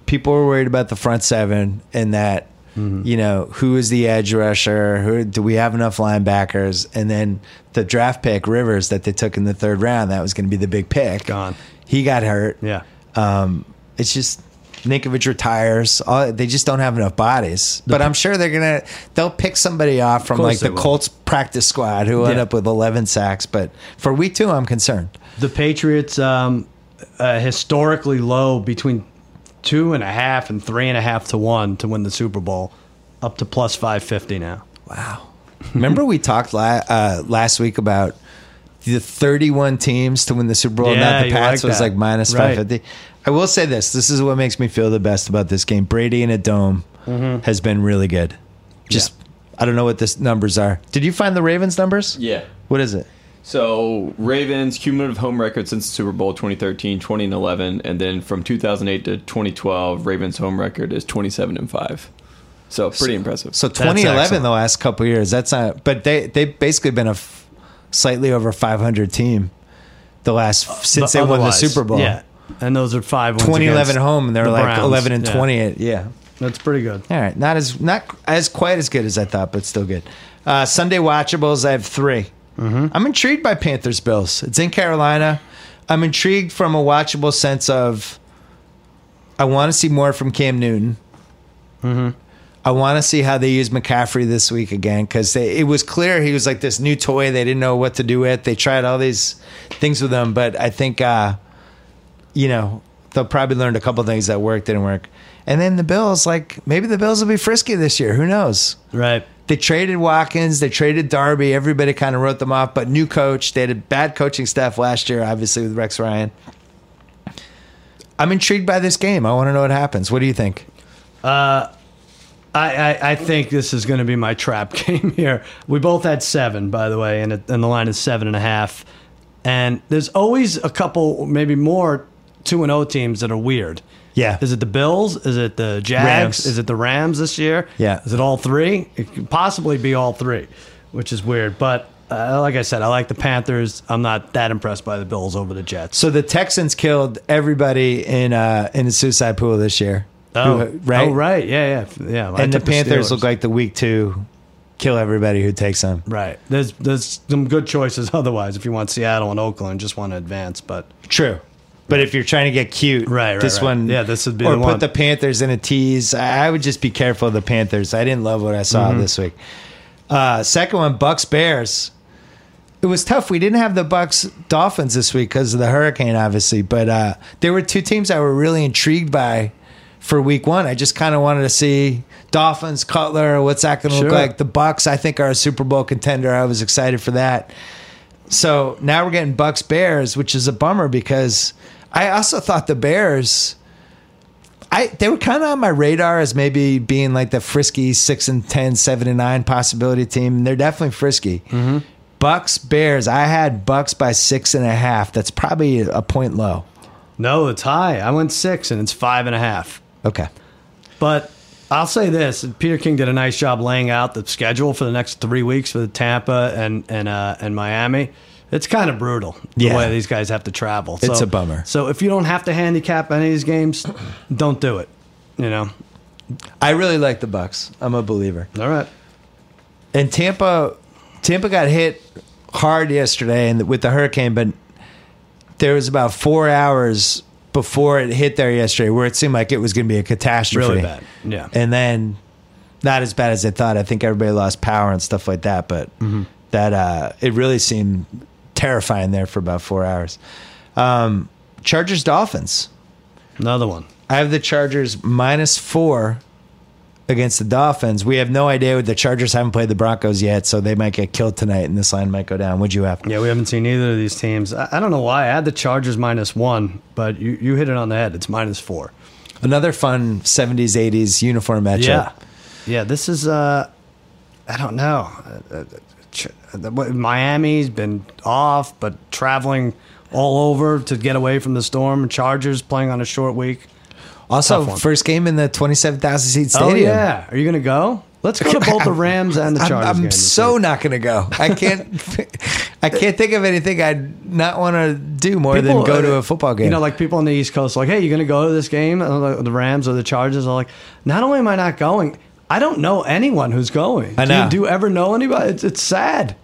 S1: people were worried about the front seven and that,
S2: Mm-hmm.
S1: you know, who is the edge rusher? Who do we have enough linebackers? And then the draft pick Rivers that they took in the third round, that was going to be the big pick.
S2: Gone.
S1: He got hurt.
S2: Yeah.
S1: Um, it's just Ninkovich retires. All, they just don't have enough bodies. But I'm sure they're gonna they'll pick somebody off from
S2: course
S1: like
S2: they
S1: the
S2: will.
S1: Colts practice squad who end
S2: Yeah.
S1: up with 11 sacks. But for week two, I'm concerned.
S2: The Patriots, um, uh, historically low between two and a half and three and a half to one to win the Super Bowl, up to plus 550 now.
S1: Wow. Remember we talked la- uh, last week about the 31 teams to win the Super Bowl, and
S2: Yeah,
S1: not the
S2: you
S1: Pats
S2: like
S1: was
S2: that.
S1: like minus
S2: Right.
S1: 550. I will say this: this is what makes me feel the best about this game. Brady in a dome
S2: Mm-hmm.
S1: has been really good. Just I don't know what this numbers are. Did you find the Ravens numbers?
S3: Yeah.
S1: What is it?
S3: So Ravens cumulative home record since the Super Bowl 2013, 2011, and then from 2008 to 2012, Ravens home record is 27 and five. So pretty impressive.
S1: So 2011,
S2: excellent.
S1: the last couple years. That's not. But they they've basically been a f- slightly over 500 team the last since they won the
S2: Otherwise,
S1: Super Bowl.
S2: Yeah. And those are five wins
S1: 2011
S2: against
S1: home, and they're
S2: the
S1: like
S2: Browns.
S1: 11 and
S2: Yeah.
S1: 20. Yeah.
S2: That's pretty good.
S1: All right, not as not as quite as good as I thought, but still good. Uh, Sunday watchables, I have 3 i I'm intrigued by Panthers Bills. It's in Carolina. I'm intrigued from a watchable sense of I want to see more from Cam Newton. I want to see how they use McCaffrey this week again because it was clear he was like this new toy. They didn't know what to do with. They tried all these things with him, but I think uh, you know they'll probably learned a couple things that worked didn't work. And then the Bills, like maybe the Bills will be frisky this year. Who knows?
S2: Right.
S1: They traded Watkins, they traded Darby. Everybody kind of wrote them off, but new coach. They had a bad coaching staff last year, obviously with Rex Ryan. I'm intrigued by this game. I want to know what happens. What do you think?
S2: I, I, I think this is going to be my trap game here. We both had seven, by the way, and, it, and the line is seven and a half. And there's always a couple, maybe more, two and O teams that are weird.
S1: Yeah.
S2: Is it the Bills? Is it the Jags?
S1: Rams.
S2: Is it the Rams this year?
S1: Yeah.
S2: Is it all three? It could possibly be all three, which is weird. But uh, like I said, I like the Panthers. I'm not that impressed by the Bills over the Jets.
S1: So the Texans killed everybody in uh, in the suicide pool this year.
S2: oh,
S1: Who- right,
S2: Oh, right. Yeah, yeah, yeah. I
S1: And the
S2: took
S1: Panthers
S2: Steelers.
S1: look like the week two kill everybody who takes them.
S2: Right. There's there's some good choices otherwise if you want Seattle and Oakland, just want to advance, but
S1: True. But if you're trying to get cute,
S2: Right, right,
S1: this
S2: right.
S1: one,
S2: Yeah, this would be
S1: or
S2: the
S1: put
S2: one.
S1: the Panthers in a tease. I I would just be careful of the Panthers. I didn't love what I saw
S2: Mm-hmm.
S1: this week. Uh, second one, Bucks Bears. It was tough. We didn't have the Bucks Dolphins this week because of the hurricane, obviously. But uh, there were two teams I were really intrigued by for Week One. I just kind of wanted to see Dolphins Cutler. What's that going to
S2: Sure.
S1: look like? The Bucks, I think, are a Super Bowl contender. I was excited for that. So now we're getting Bucks Bears, which is a bummer because I also thought the Bears, I they were kind of on my radar as maybe being like the frisky six and 10, 7 and nine possibility team. They're definitely frisky. Bucks Bears, I had Bucks by six and a half. That's probably a point low.
S2: no, it's high. I went six and it's five and a half.
S1: Okay,
S2: But I'll say this: Peter King did a nice job laying out the schedule for the next three weeks for the Tampa and and uh, and Miami. It's kind of brutal the
S1: Yeah.
S2: way these guys have to travel.
S1: It's a bummer.
S2: So if you don't have to handicap any of these games, don't do it. You know.
S1: I really like the Bucks. I'm a believer.
S2: All right.
S1: and Tampa Tampa got hit hard yesterday and with the hurricane, but there was about four hours before it hit there yesterday where it seemed like it was going to be a catastrophe.
S2: Really bad. Yeah.
S1: And then not as bad as they thought. I think everybody lost power and stuff like that, but
S2: Mm-hmm.
S1: that uh, it really seemed terrifying there for about four hours. Um, Chargers Dolphins.
S2: Another one.
S1: I have the Chargers minus four against the Dolphins. We have no idea what the Chargers haven't played the Broncos yet, so they might get killed tonight, and this line might go down. Would you have?
S2: Yeah, we haven't seen either of these teams. I, I don't know why. I had the Chargers minus one, but you, you hit it on the head. It's minus four.
S1: Another fun '70s '80s uniform matchup.
S2: Yeah. Yeah, this is, uh, I don't know. Uh, uh, ch- uh, what- Miami's been off, but traveling all over to get away from the storm. Chargers playing on a short week.
S1: Also,
S2: Tough one.
S1: first game in the 27,000 seat stadium.
S2: Oh, yeah. Are you going to go? Let's go to both the Rams and the
S1: I'm,
S2: Chargers.
S1: I'm
S2: game this
S1: so
S2: week.
S1: not going to go. I can't. I can't think of anything I'd not want to do more than
S2: People,
S1: go to
S2: uh,
S1: a football game.
S2: You know, like people on the East Coast, like, hey, you going to go to this game? Uh, like, The Rams or the Chargers? I'm like, not only am I not going, I don't know anyone who's going.
S1: I
S2: Do you-
S1: know.
S2: Do you, ever know anybody? It's, it's sad.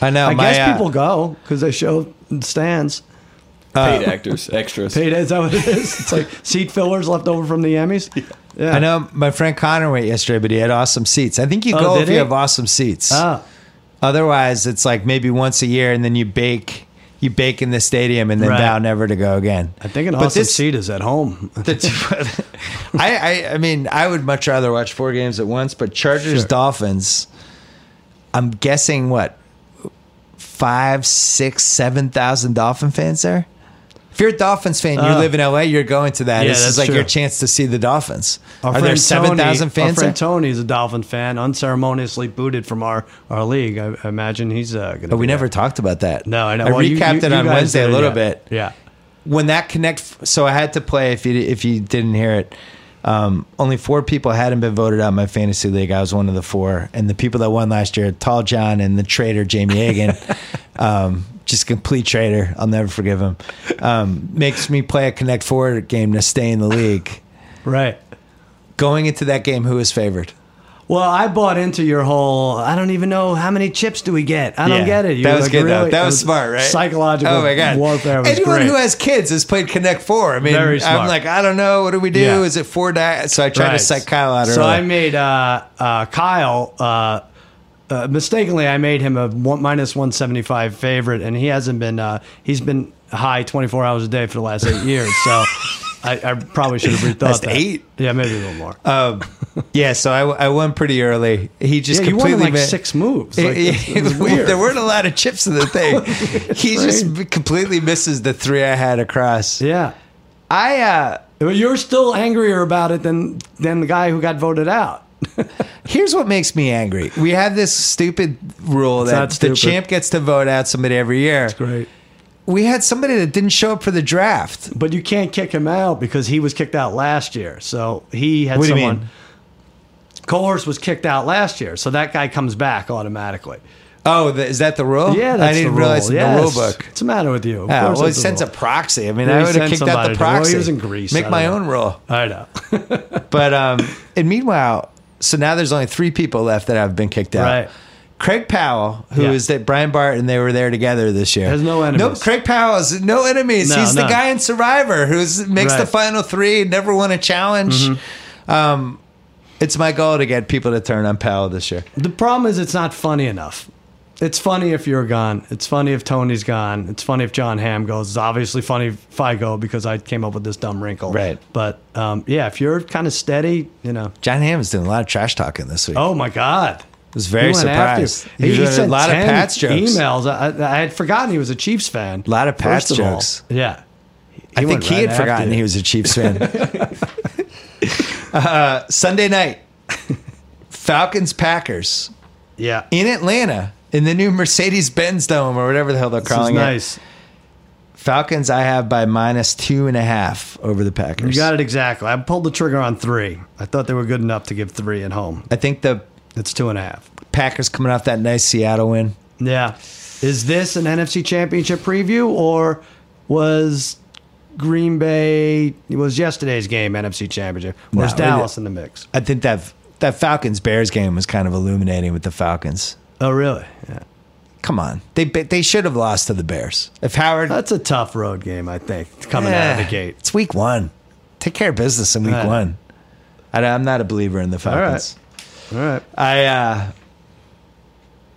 S1: I know.
S2: I
S1: my,
S2: guess
S1: uh,
S2: people go because they show stands.
S3: Paid actors, extras.
S2: Paid is that what it is? It's like seat fillers left over from the Emmys. Yeah.
S1: I know my friend Connor went yesterday, but he had awesome seats. I think you
S2: Oh,
S1: go
S2: did
S1: if you
S2: he?
S1: have awesome seats.
S2: Ah,
S1: Otherwise, it's like maybe once a year, and then you bake. You bake in the stadium and then
S2: Right.
S1: vow never to go again.
S2: I think an
S1: But
S2: awesome
S1: this-
S2: seat is at home.
S1: The- I, I I mean I would much rather watch four games at once, but Chargers
S2: Sure.
S1: Dolphins. I'm guessing what five, six, seven thousand Dolphin fans there. If you're a Dolphins fan, you
S2: Oh.
S1: live in LA, you're going to that.
S2: Yeah,
S1: this is
S2: that's
S1: like your
S2: true.
S1: chance to see the Dolphins.
S2: Our
S1: Are
S2: friend
S1: there seven thousand
S2: Tony-
S1: fans
S2: Our friend
S1: there?
S2: Tony is a Dolphin fan, unceremoniously booted from our, our league. I, I imagine he's uh, going to.
S1: But we never talked about that.
S2: No, I know.
S1: I
S2: Well, you-
S1: recapped
S2: you-
S1: it
S2: you
S1: on
S2: guys
S1: Wednesday a
S2: did,
S1: little
S2: yeah.
S1: bit.
S2: Yeah.
S1: when that connect so i had to play if you if you didn't hear it um, only four people hadn't been voted out in my fantasy league i was one of the four and the people that won last year tall john and the traitor jamie Hagan, um, just complete traitor i'll never forgive him um, makes me play a connect four game to stay in the league
S2: Right.
S1: going into that game who is favored
S2: Well, I bought into your whole. I don't even know how many chips do we get. I don't
S1: Yeah.
S2: get it. You
S1: that
S2: were
S1: was
S2: like,
S1: good though.
S2: really-
S1: That was
S2: it
S1: smart, right?
S2: Psychological.
S1: Oh my god,
S2: warfare was
S1: Anyone
S2: great.
S1: who has kids has played Connect Four. I mean,
S2: Very
S1: I'm
S2: smart.
S1: like, I don't know. What do we do?
S2: Yeah.
S1: Is it four die? So I tried to
S2: Right.
S1: psych Kyle out.
S2: So
S1: early.
S2: I made uh, uh, Kyle uh, uh, mistakenly. I made him a one, minus one seventy five favorite, and he hasn't been. Uh, he's been high twenty four hours a day for the last eight years. So I, I probably should have rethought
S1: That's
S2: that.
S1: eight?
S2: Yeah, maybe a little more.
S1: Um, yeah, so I, I won pretty early. He just
S2: yeah, you won
S1: completely
S2: in like
S1: ma-
S2: six moves. Like,
S1: It-
S2: it, it was
S1: it-
S2: weird.
S1: There weren't a lot of chips in the thing. he just b- completely misses the three I had across.
S2: yeah.
S1: I uh,
S2: Well, You're still angrier about it than than the guy who got voted out.
S1: here's what makes me angry. We have this stupid rule
S2: not
S1: that the
S2: stupid.
S1: champ gets to vote out somebody every year.
S2: Great.
S1: We had somebody that didn't show up for the draft.
S2: But you can't kick him out because he was kicked out last year. So he had
S1: What do you
S2: someone.
S1: mean?
S2: Cohorse was kicked out last year, so that guy comes back automatically.
S1: Oh, the, is that the rule?
S2: Yeah,
S1: I
S2: that's
S1: didn't
S2: the
S1: realize
S2: rule.
S1: the rule
S2: Yes.
S1: book.
S2: What's the matter with you? Of
S1: Yeah,
S2: course
S1: well, it
S2: it's the
S1: sends a
S2: rule.
S1: proxy. I mean,
S2: Yeah,
S1: I
S2: he
S1: would have
S2: sent
S1: kicked out
S2: somebody
S1: the
S2: to- well, he
S1: proxy.
S2: was in Greece, I
S1: Make
S2: don't
S1: my
S2: know.
S1: own rule.
S2: I know.
S1: But um, and meanwhile, so now there's only three people left that have been kicked out.
S2: Right.
S1: Craig Powell, who
S2: Yeah.
S1: is that Brian Bart, and they were there together this year.
S2: Has no
S1: No,
S2: enemies.
S1: Craig Powell has no enemies.
S2: No,
S1: He's the
S2: none.
S1: guy in Survivor who's makes the
S2: Right. Mm-hmm.
S1: final three, never won a challenge. Um, it's my goal to get people to turn on Powell this year.
S2: The problem is it's not funny enough. It's funny if you're gone. It's funny if Tony's gone. It's funny if John Hamm goes. It's obviously funny if I go because I came up with this dumb wrinkle.
S1: Right.
S2: But um, yeah, if you're kind of steady, you know.
S1: John Hammond's doing a lot of trash talking this week.
S2: Oh my God.
S1: I was very
S2: He went after
S1: surprised.
S2: you. He,
S1: He's
S2: he
S1: doing
S2: sent
S1: a lot of
S2: 10
S1: Pats jokes.
S2: Emails. I, I- I had forgotten he was a Chiefs fan. A
S1: Lot of Pats jokes.
S2: yeah.
S1: I think
S2: went
S1: he
S2: right
S1: had forgotten
S2: after you.
S1: he was a Chiefs fan. uh, Sunday night, Falcons Packers
S2: Yeah.
S1: in Atlanta in the new Mercedes Benz Dome or whatever the hell they're
S2: This is
S1: calling it.
S2: nice.
S1: Falcons, I have by minus two and a half over the Packers.
S2: You got it exactly. I pulled the trigger on three. I thought they were good enough to give three at home.
S1: I think the
S2: It's two and a half.
S1: Packers coming off that nice Seattle win.
S2: Yeah. Is this an NFC championship preview or was Green Bay was yesterday's game NFC championship? Or is
S1: No, it-
S2: Dallas in the mix?
S1: I think that that Falcons Bears game was kind of illuminating with the Falcons.
S2: Oh really? Yeah.
S1: Come on, they they should have lost to the Bears. If Howard
S2: That's a tough road game, I think, coming out of
S1: Eh,
S2: the gate.
S1: It's week one. Take care of business in week
S2: All right.
S1: one. I, am not a believer in the
S2: All right.
S1: Falcons.
S2: All right.
S1: I uh,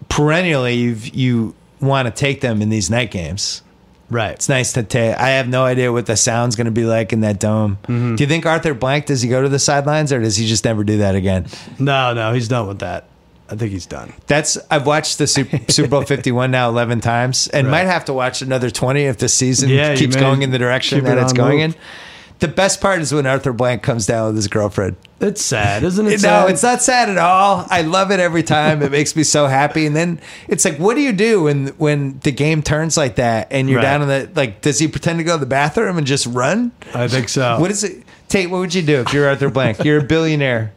S1: perennially you've, you want to take them in these night games.
S2: Right.
S1: It's nice to take. I have no idea what the sound's going to be like in that dome.
S2: Mm-hmm.
S1: Do you think Arthur Blank does he go to the sidelines or does he just never do that again?
S2: No, no, he's done with that. I think he's done.
S1: That's I've watched the Super, Super Bowl Fifty One now eleven times, and
S2: Right.
S1: might have to watch another twenty if the season
S2: Yeah, you
S1: keeps
S2: may
S1: going in the direction
S2: keep
S1: that
S2: it
S1: it's
S2: on
S1: going
S2: loop.
S1: in. The best part is when Arthur Blank comes down with his girlfriend.
S2: It's sad, isn't it?
S1: no,
S2: sad?
S1: it's not sad at all. I love it every time. It makes me so happy. And then it's like, what do you do when when the game turns like that and you're
S2: Right.
S1: down in the like? Does he pretend to go to the bathroom and just run?
S2: I think so.
S1: What is it, Tate? What would you do if you're Arthur Blank? You're a billionaire.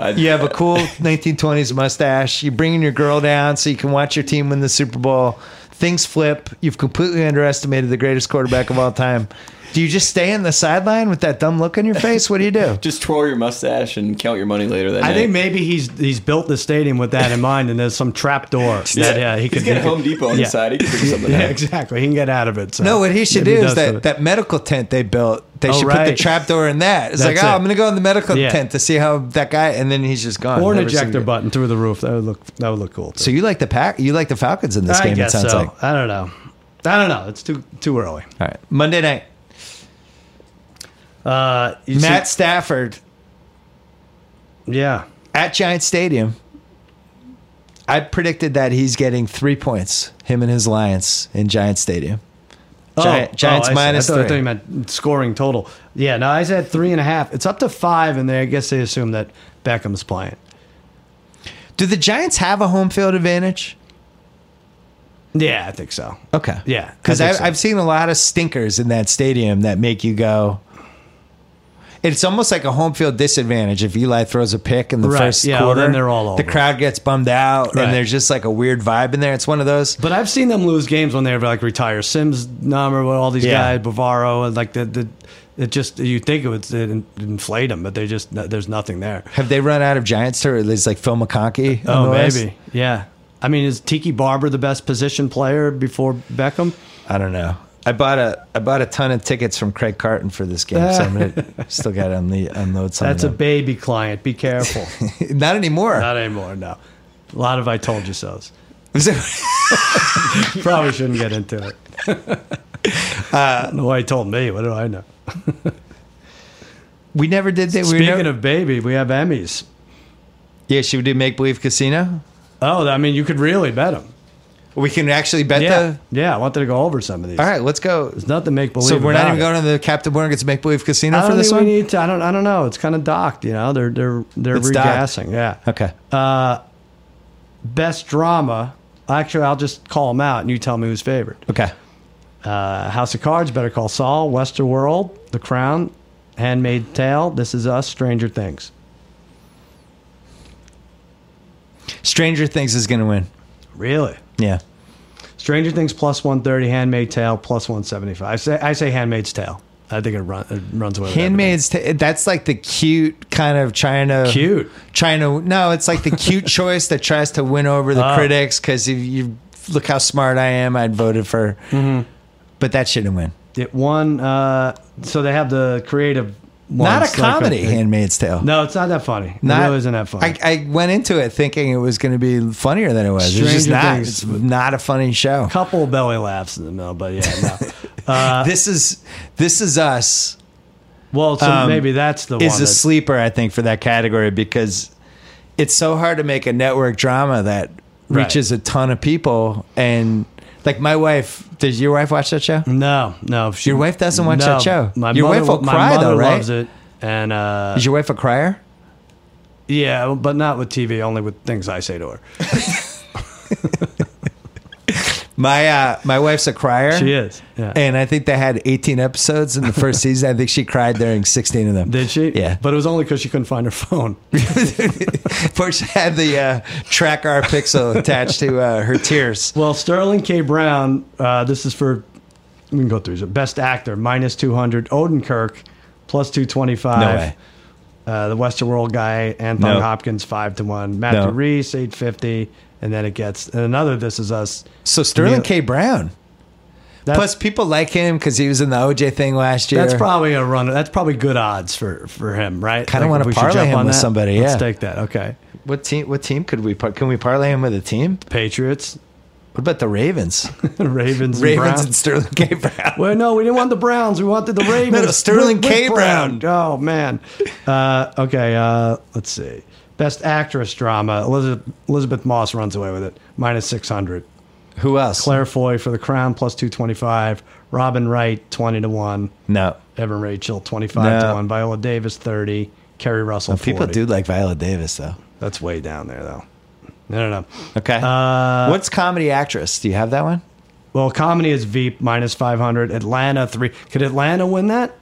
S3: I,
S1: You have a cool 1920s mustache. You're bringing your girl down so you can watch your team win the Super Bowl. Things flip. You've completely underestimated the greatest quarterback of all time. Do you just stay in the sideline with that dumb look on your face? What do you do?
S3: just twirl your mustache and count your money later that
S2: I
S3: night.
S2: think maybe he's he's built the stadium with that in mind, and there's some trap door that yeah, he could.
S3: He's got
S2: he
S3: a
S2: could-
S3: Home Depot on
S2: yeah.
S3: the side. He can figure something
S2: Yeah,
S3: out.
S2: exactly. He can get out of it. So.
S1: No, what he should
S2: Maybe
S1: do is
S2: that's
S1: that,
S2: what-
S1: that medical tent they built. They
S2: Oh,
S1: should put the
S2: right.
S1: trapdoor in that. It's like,
S2: That's
S1: oh,
S2: it.
S1: I'm going to go in the medical
S2: Yeah.
S1: tent to see how that guy, and then he's just gone.
S2: or an
S1: Never seen
S2: ejector
S1: again.
S2: button through the roof. That would look that would look cool. too.
S1: So you like the pack? You like the Falcons in this
S2: I
S1: game?
S2: guess
S1: it sounds
S2: so.
S1: like.
S2: I don't know. I don't know. It's too too early.
S1: All right, Monday night.
S2: Uh, you
S1: Matt
S2: see-
S1: Stafford
S2: yeah.
S1: at Giant Stadium, I predicted that he's getting three points, him and his Lions in Giant Stadium. Giant- Giants
S2: Oh, I see.
S1: minus
S2: I thought, I
S1: three.
S2: thought you meant scoring total. Yeah, no, I said three and a half. It's up to five, and they I guess they assume that Beckham's playing.
S1: Do the Giants have a home field advantage?
S2: Yeah, I think so.
S1: Okay.
S2: Yeah, I
S1: Because
S2: think
S1: I've,
S2: so.
S1: I've seen a lot of stinkers in that stadium that make you go. It's almost like a home field disadvantage if Eli throws a pick in the
S2: Right,
S1: first
S2: yeah, well,
S1: quarter.
S2: then they're all
S1: The
S2: over.
S1: crowd gets bummed out,
S2: Right.
S1: and there's just like a weird vibe in there. It's one of those.
S2: But I've seen them lose games when they were like retire Sims, Number, all these
S1: Yeah.
S2: guys, Bavaro, and like the the. It just you think it would it inflate them, but they just there's nothing there.
S1: Have they run out of Giants or at least like Phil McConkey? on
S2: Oh,
S1: the West?
S2: maybe. Yeah. I mean, is Tiki Barber the best position player before Beckham?
S1: I don't know. I bought a I bought a ton of tickets from Craig Carton for this game, so I'm gonna still got to unle- unload some.
S2: That's a
S1: of
S2: baby client. Be careful.
S1: them. not anymore.
S2: Not anymore. No. A lot of I told you so's.
S1: So-
S2: Probably shouldn't get into it. uh, Nobody told me. What do I know?
S1: we never did that. we
S2: Speaking
S1: never,
S2: of baby, we have Emmys.
S1: yeah, should we do Make Believe Casino?
S2: Oh, I mean, you could really bet them.
S1: We can actually bet
S2: Yeah. Yeah. I wanted to go over some of these.
S1: the. All right, let's go.
S2: There's nothing make believe.
S1: So we're not
S2: about
S1: even
S2: it.
S1: going on the Captain Morgan's Make Believe Casino
S2: I
S1: for
S2: don't
S1: this
S2: think
S1: one.
S2: we need to. I don't. I don't know. It's kind of docked. You know, they're they're they're
S1: It's docked.
S2: regassing. Yeah.
S1: okay.
S2: Uh, best drama. Actually, I'll just call them out, and you tell me who's favored.
S1: Okay.
S2: Uh, House of Cards, Better Call Saul, Westerworld, The Crown, Handmaid's Tale, This Is Us, Stranger Things.
S1: Stranger Things is going to win.
S2: Really?
S1: Yeah.
S2: Stranger Things plus one thirty, Handmaid's Tale plus one seventy five. I say I say Handmaid's Tale. I think it, run, it runs away. with
S1: Handmaid's Ta that's like the cute kind of trying to
S2: Cute.
S1: trying to no, it's like the cute choice that tries to win over the
S2: Oh.
S1: critics because if you look how smart I am, I'd voted for,
S2: Mm-hmm.
S1: but that shouldn't win.
S2: everything. It won. Uh, so they have the creative.
S1: Not a
S2: ones, like-
S1: comedy, Handmaid's Tale.
S2: no, it's not that funny.
S1: Not,
S2: it really isn't that funny.
S1: I, I went into it thinking it was going to be funnier than it was. it's just
S2: Stranger
S1: not.
S2: Things.
S1: It's not a funny show.
S2: couple belly laughs in the middle, but yeah, no.
S1: this is this is us
S2: Well, so
S1: Um,
S2: maybe that's the
S1: is
S2: one.
S1: a
S2: that's-
S1: sleeper, I think, for that category because it's so hard to make a network drama that
S2: Right.
S1: reaches a ton of people. And like my wife, does your wife watch that show?
S2: No, no. She,
S1: Your wife doesn't watch that show.
S2: My
S1: Your
S2: mother,
S1: wife will
S2: my
S1: cry,
S2: mother
S1: though, right?
S2: Loves it, and uh,
S1: Is your wife a crier?
S2: yeah, but not with TV. Only with things I say to her.
S1: My uh, my wife's a crier.
S2: She is. Yeah.
S1: And I think they had 18 episodes in the first season. I think she cried during 16 of them.
S2: Did she?
S1: Yeah.
S2: But it was only because she couldn't find her phone.
S1: First had the uh, track our pixel attached to uh, her tears.
S2: Well, Sterling K. Brown. Uh, this is for. We can go through. these. Best actor minus two hundred. Odenkirk plus two twenty
S1: No
S2: five.
S1: way.
S2: Uh, the Westerworld guy, Anthony
S1: No.
S2: Hopkins, five to one. Matthew
S1: No.
S2: Reese, eight fifty, and then it gets and another. This is us.
S1: So Sterling
S2: Neil-
S1: K. Brown
S2: That-
S1: Plus, people like him because he was in the OJ thing last year.
S2: That's probably a run. That's probably good odds for for him, right?
S1: Kinda wanna
S2: we should
S1: parlay
S2: jump
S1: him
S2: on
S1: with
S2: that.
S1: somebody,
S2: Let's
S1: yeah.
S2: take that. Okay,
S1: What team? What team could we? Par- can we parlay him with a team?
S2: Patriots,
S1: What about the Ravens?
S2: Ravens,
S1: Ravens
S2: Ravens.
S1: and Sterling K. Brown.
S2: well, no, we didn't want the Browns. We wanted the Ravens.
S1: no, Sterling K.
S2: Oh man. Uh, okay, uh, let's see. Best actress drama. Elizabeth, Elizabeth Moss runs away with it. Minus six hundred.
S1: Who else?
S2: Claire Foy for the Crown plus two twenty five. Robin Wright twenty to one.
S1: No,
S2: Evan Rachel twenty five
S1: No.
S2: to one. Viola Davis thirty. Kerry Russell.
S1: people
S2: 40.
S1: do like Viola Davis though.
S2: That's way down there, though. No, no, no.
S1: Okay. Uh, What's comedy actress? Do you have that one?
S2: Well, comedy is Veep minus five hundred. Atlanta three. Could Atlanta win that?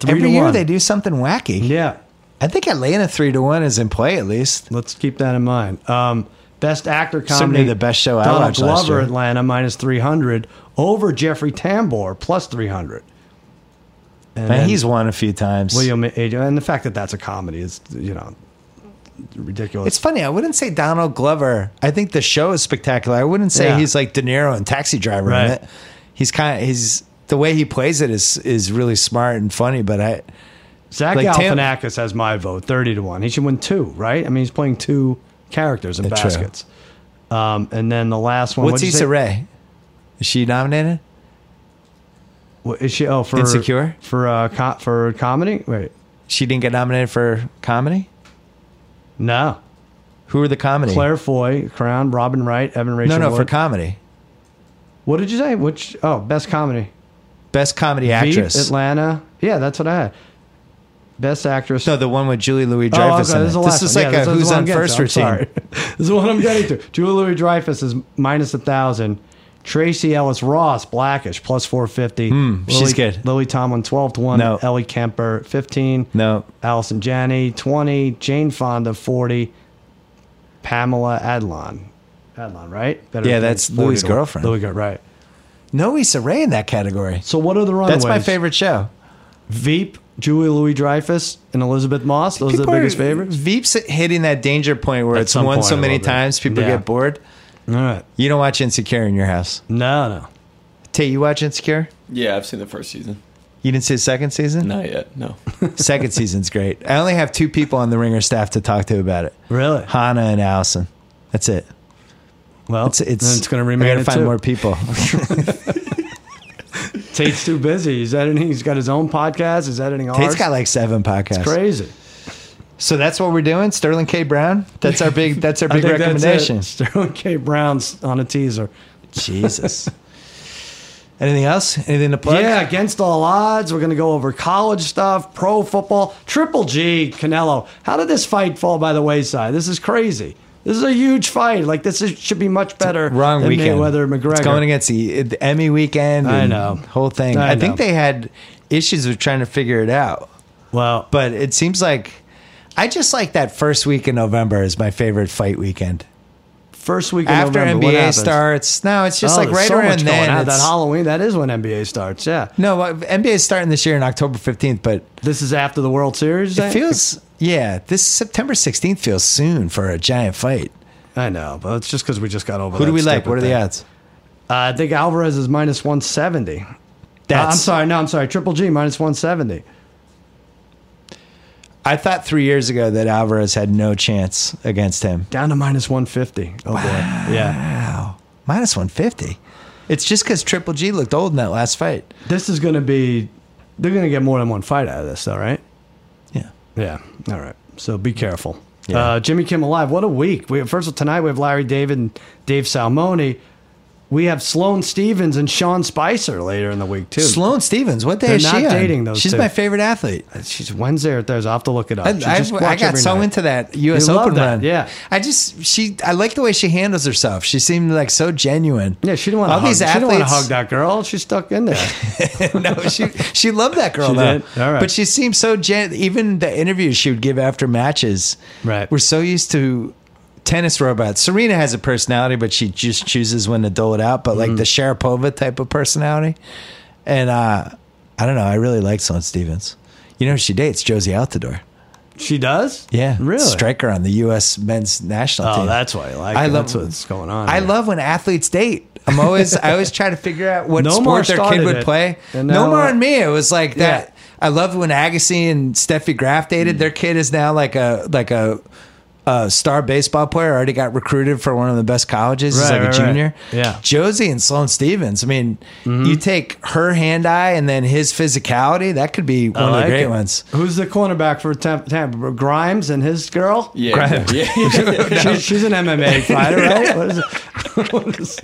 S2: Three
S1: Every
S2: to
S1: year
S2: one.
S1: they do something wacky.
S2: Yeah,
S1: I think Atlanta three to one is in play at least.
S2: let's keep that in mind. Um, best actor comedy.
S1: Certainly the best show I
S2: Donald
S1: watched
S2: Glover,
S1: last year.
S2: Atlanta minus three hundred over Jeffrey Tambor plus three hundred. And
S1: Man,
S2: then
S1: he's won a few times.
S2: William Adrian, and the fact that that's a comedy is you know ridiculous.
S1: It's funny. I wouldn't say Donald Glover. I think the show is spectacular. I wouldn't say
S2: Yeah.
S1: he's like De Niro and Taxi Driver in
S2: Right.
S1: it. He's kind of he's the way he plays it is is really smart and funny. But I
S2: Zach
S1: Like Tam-
S2: Galifianakis has my vote, thirty to one. He should win two, right? I mean, he's playing two characters in
S1: Yeah, true.
S2: baskets. Um, and then the last one.
S1: what's
S2: what'd you
S1: Issa
S2: say?
S1: Rae? Is she nominated?
S2: What, is she? Oh, for
S1: Insecure?
S2: for uh, co- for comedy. Wait,
S1: She didn't get nominated for comedy.
S2: no.
S1: Who are the comedy?
S2: Claire Foy, Crown, Robin Wright, Evan
S1: no,
S2: Rachel.
S1: no, for
S2: Wood.
S1: comedy.
S2: what did you say? Which? Oh, best comedy.
S1: Best comedy
S2: Veep,
S1: actress.
S2: Atlanta. Yeah, that's what I had. Best actress.
S1: no, the one with Julie Louis
S2: Oh,
S1: Dreyfus.
S2: okay,
S1: in
S2: is
S1: it.
S2: the
S1: This
S2: last
S1: is
S2: one.
S1: like
S2: Yeah,
S1: a
S2: this is the
S1: who's
S2: one I'm
S1: on
S2: getting to.
S1: first
S2: I'm
S1: routine.
S2: sorry. this is what I'm getting to. Julia Louis Dreyfus is minus a thousand. Tracy Ellis Ross, blackish, plus four fifty.
S1: Hmm, she's good.
S2: Lily Tomlin, twelve to one.
S1: No.
S2: Ellie Kemper, fifteen.
S1: No,
S2: Allison Janney, twenty. Jane Fonda, forty. Pamela Adlon. Adlon, right? Better
S1: Yeah,
S2: than
S1: that's
S2: 40
S1: Louis'
S2: to one.
S1: girlfriend.
S2: Louis, girl- right.
S1: no Issa Rae in that category.
S2: So what are the runaways?
S1: That's my favorite show.
S2: Veep, Julia Louis Dreyfus, and Elizabeth Moss. Those are the
S1: People
S2: biggest favorites.
S1: Veep's hitting that danger point where
S2: At
S1: it's
S2: some
S1: won
S2: point,
S1: so
S2: I
S1: many
S2: love it.
S1: times, people
S2: Yeah.
S1: get bored.
S2: All right.
S1: You don't watch Insecure in your house.
S2: No, no.
S1: Tate, you watch Insecure?
S3: Yeah, I've seen the first season.
S1: You didn't see the second season?
S3: Not yet. No.
S1: Second season's great. I only have two people on the Ringer staff to talk to about it
S2: Really?
S1: Hannah and Allison. That's it.
S2: Well,
S1: It's, it's,
S2: it's going
S1: I
S2: to remain.
S1: gotta
S2: at
S1: find
S2: two.
S1: more people.
S2: Tate's too busy. He's editing. He's got his own podcast. He's editing ours.
S1: Tate's got like seven podcasts.
S2: crazy.
S1: So that's what we're doing. Sterling K. Brown. That's our big. That's our
S2: I
S1: big
S2: think that's it.
S1: recommendation.
S2: Sterling K. Brown's on a teaser.
S1: Jesus. Anything else? Anything to plug?
S2: Yeah, against all odds, we're going to go over college stuff, pro football, Triple G, Canelo. How did this fight fall by the wayside? This is crazy. This is a huge fight. Like this is, should be much better.
S1: Wrong
S2: than
S1: weekend.
S2: Mayweather McGregor.
S1: It's going against the, uh, the Emmy weekend.
S2: I
S1: and
S2: know.
S1: Whole thing. I,
S2: I
S1: think
S2: know.
S1: they had issues with trying to figure it out,
S2: well,
S1: but
S2: but
S1: it seems like I just like that first week in November is my favorite fight weekend.
S2: first week of
S1: After
S2: November, what
S1: NBA
S2: happens?
S1: starts, no, it's just
S2: Oh,
S1: like
S2: there's
S1: right
S2: so
S1: around
S2: much going
S1: then.
S2: on. That
S1: it's-
S2: Halloween, that is when NBA starts. Yeah,
S1: no, uh, NBA is starting this year in October fifteenth, but
S2: this is after the World Series. eh?
S1: it feels yeah. This September sixteenth feels soon for a giant fight.
S2: I know, but it's just because we just got over.
S1: Who do
S2: that
S1: we like?
S2: stupid
S1: What are the
S2: thing.
S1: odds?
S2: Uh, I think Alvarez is minus one seventy. Uh, I'm sorry, no, I'm sorry. Triple G minus one seventy.
S1: I thought three years ago that Alvarez had no chance against him.
S2: Down to minus one fifty. Oh boy, yeah.
S1: Minus 150. It's just because Triple G looked old in that last fight.
S2: This is going to be. They're going to get more than one fight out of this, though, right?
S1: Yeah.
S2: Yeah. All right. So be careful.
S1: Yeah.
S2: Uh, Jimmy Kimmel Live. What a week. We have, first of all, tonight we have Larry David and Dave Salmoni. We have Sloane Stevens and Sean Spicer later in the week too.
S1: Sloane Stevens, what day
S2: They're
S1: is she
S2: not
S1: on?
S2: dating those
S1: She's
S2: two.
S1: my favorite athlete.
S2: She's Wednesday or Thursday. I will have to look it up.
S1: I,
S2: She
S1: I-
S2: just
S1: I
S2: watch
S1: got
S2: every
S1: so
S2: night.
S1: into that U.S.
S2: You love
S1: Open
S2: that,
S1: run.
S2: yeah.
S1: I just she I like the way she handles herself. She seemed like so genuine.
S2: Yeah, she didn't want to.
S1: All
S2: hug.
S1: these
S2: she didn't want to
S1: athletes-
S2: hug that girl. She's stuck in there.
S1: no, she she loved that girl
S2: She
S1: though.
S2: did? All right.
S1: But she seemed so gen- even the interviews she would give after matches.
S2: Right.
S1: We're so used to tennis robots. Serena has a personality, but she just chooses when to dole it out. But
S2: Mm-hmm.
S1: like the Sharapova type of personality, and uh, I don't know. I really like Sloane Stevens. You know, who she dates Josie Altador.
S2: She does?
S1: Yeah,
S2: Really?
S1: Striker on the U.S. men's national
S2: Oh,
S1: team.
S2: that's why I like
S1: I
S2: it.
S1: love-
S2: that's what's going on.
S1: I
S2: here.
S1: love when athletes date. I'm always I always try to figure out what
S2: Nomar
S1: sport their kid
S2: started
S1: would
S2: it,
S1: play.
S2: and
S1: no
S2: now,
S1: more
S2: uh,
S1: on me. It was like that. I love when Agassi and Steffi Graf dated.
S2: Mm.
S1: Their kid is now like a like a, a star baseball player. Already got recruited for one of the best colleges. He's
S2: Right,
S1: like
S2: right,
S1: a
S2: right.
S1: junior.
S2: Yeah. Mm-hmm.
S1: Josie and Sloan Stevens. I mean, you take her hand eye and then his physicality. That could be one
S2: I
S1: of the
S2: like
S1: great
S2: it.
S1: ones.
S2: Who's the cornerback for Tam- Tampa? Grimes and his girl?
S3: Yeah. yeah.
S2: She- she's an MMA fighter, right? What is it? What is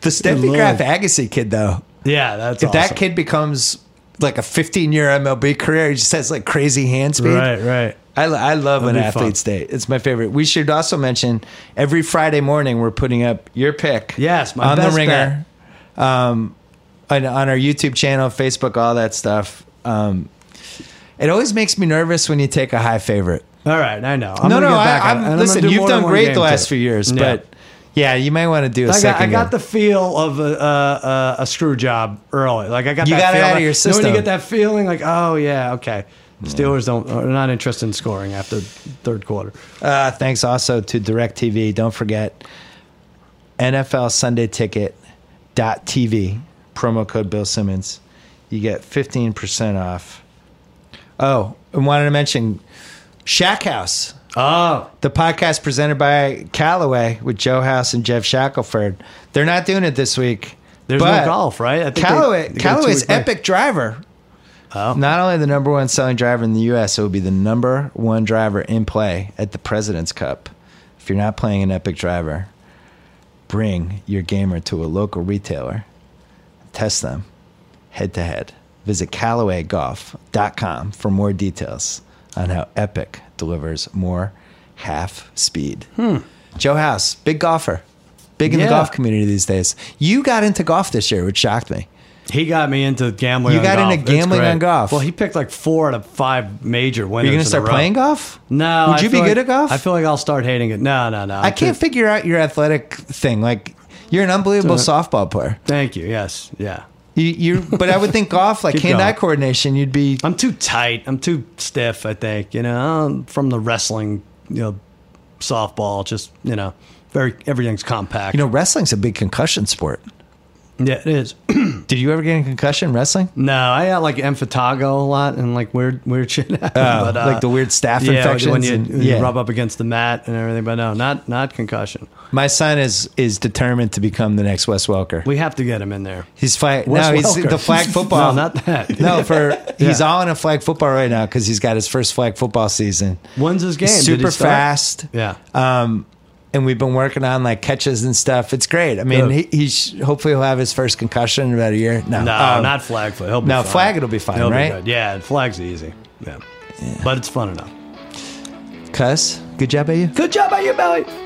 S1: The Steffi
S2: Lord.
S1: Graf Agassi kid though.
S2: yeah, that's
S1: if that
S2: awesome.
S1: kid becomes like a 15 year MLB career, he just has like crazy hand speed.
S2: Right, right.
S1: I, lo- I love when
S2: That'd be fun.
S1: athletes date. It's my favorite. We should also mention every Friday morning we're putting up your pick.
S2: Yes, my
S1: on
S2: best
S1: the ringer, um, on, on our YouTube channel, Facebook, all that stuff. Um, it always makes me nervous when you take a high favorite.
S2: All right, I know. I'm
S1: no,
S2: gonna
S1: no,
S2: get
S1: I,
S2: back on it,
S1: I'm,
S2: and I'm gonna
S1: listen.
S2: do
S1: you've
S2: more than
S1: done
S2: one
S1: great
S2: game
S1: the last
S2: too.
S1: few years,
S2: Yeah.
S1: but yeah, you may want to do a
S2: I got,
S1: second.
S2: I got
S1: game.
S2: the feel of a, uh, a, a, a screw job early. Like I got
S1: You
S2: that
S1: got it
S2: feel.
S1: out of your
S2: Like, you know when
S1: system.
S2: you get that feeling, like oh yeah, okay. Steelers don't are not interested in scoring after third quarter.
S1: Uh, thanks also to DirecTV. Don't forget NFL Sunday Ticket dot TV promo code Bill Simmons. You get fifteen percent off. Oh, I wanted to mention Shack House,
S2: Oh,
S1: the podcast presented by Callaway with Joe House and Jeff Shackelford. They're not doing it this week.
S2: there's
S1: but
S2: no golf, right? I think they-
S1: Callaway,
S2: they get a
S1: Callaway's
S2: two-week break.
S1: epic driver.
S2: Oh.
S1: Not only the number one selling driver in the U.S., it will be the number one driver in play at the President's Cup. If you're not playing an epic driver, bring your gamer to a local retailer, test them head to head. Visit CallawayGolf.com for more details on how Epic delivers more half speed. Joe House, big golfer, big in
S2: Yeah.
S1: the golf community these days. You got into golf this year, which shocked me.
S2: He got me into gambling.
S1: You
S2: on
S1: got
S2: golf.
S1: into
S2: It's
S1: gambling
S2: great.
S1: on golf.
S2: Well, he picked like four out of five major winners.
S1: Are you going
S2: in
S1: to
S2: a
S1: start
S2: row.
S1: playing golf?
S2: No.
S1: Would
S2: I
S1: you be
S2: feel
S1: good at
S2: like-
S1: golf?
S2: I feel like I'll start hating it. No, no, no.
S1: I can't figure out your athletic thing. Like you're an unbelievable softball player.
S2: Thank you. Yes. Yeah.
S1: You, you but I would think golf, like
S2: Keep
S1: hand eye
S2: going.
S1: coordination, you'd be.
S2: I'm too tight. I'm too stiff. I think you know I'm from the wrestling, you know, softball. Just you know, very everything's compact.
S1: You know, wrestling's a big concussion sport.
S2: yeah, it is.
S1: Did you ever get a concussion wrestling?
S2: no, I got like emphysema a lot and like weird weird shit. happened, but,
S1: Oh,
S2: uh,
S1: like the weird staph
S2: yeah,
S1: infections
S2: when, you,
S1: and-
S2: when you
S1: yeah.
S2: rub up against the mat and everything. But no, not not concussion.
S1: My son is is determined to become the next Wes Welker.
S2: We have to get him in there.
S1: He's flag.
S2: Wes
S1: No, he's
S2: Welker.
S1: the flag football.
S2: No, not that.
S1: No, for he's
S2: Yeah.
S1: all in a flag football right now because he's got his first flag football season.
S2: When's his game? Did he
S1: Super
S2: start?
S1: fast.
S2: Yeah.
S1: Um, and we've been working on like catches and stuff. It's great. I mean, he,
S2: Good.
S1: he sh- hopefully he'll have his first concussion in about a year. No,
S2: No,
S1: um,
S2: not flag. Foot. He'll be
S1: no,
S2: fine.
S1: flag it'll be fine,
S2: He'll
S1: right?
S2: good. Yeah, flag's easy. Yeah. but it's fun enough.
S1: Cuss. Good job at you.
S2: Good job by you, Billy.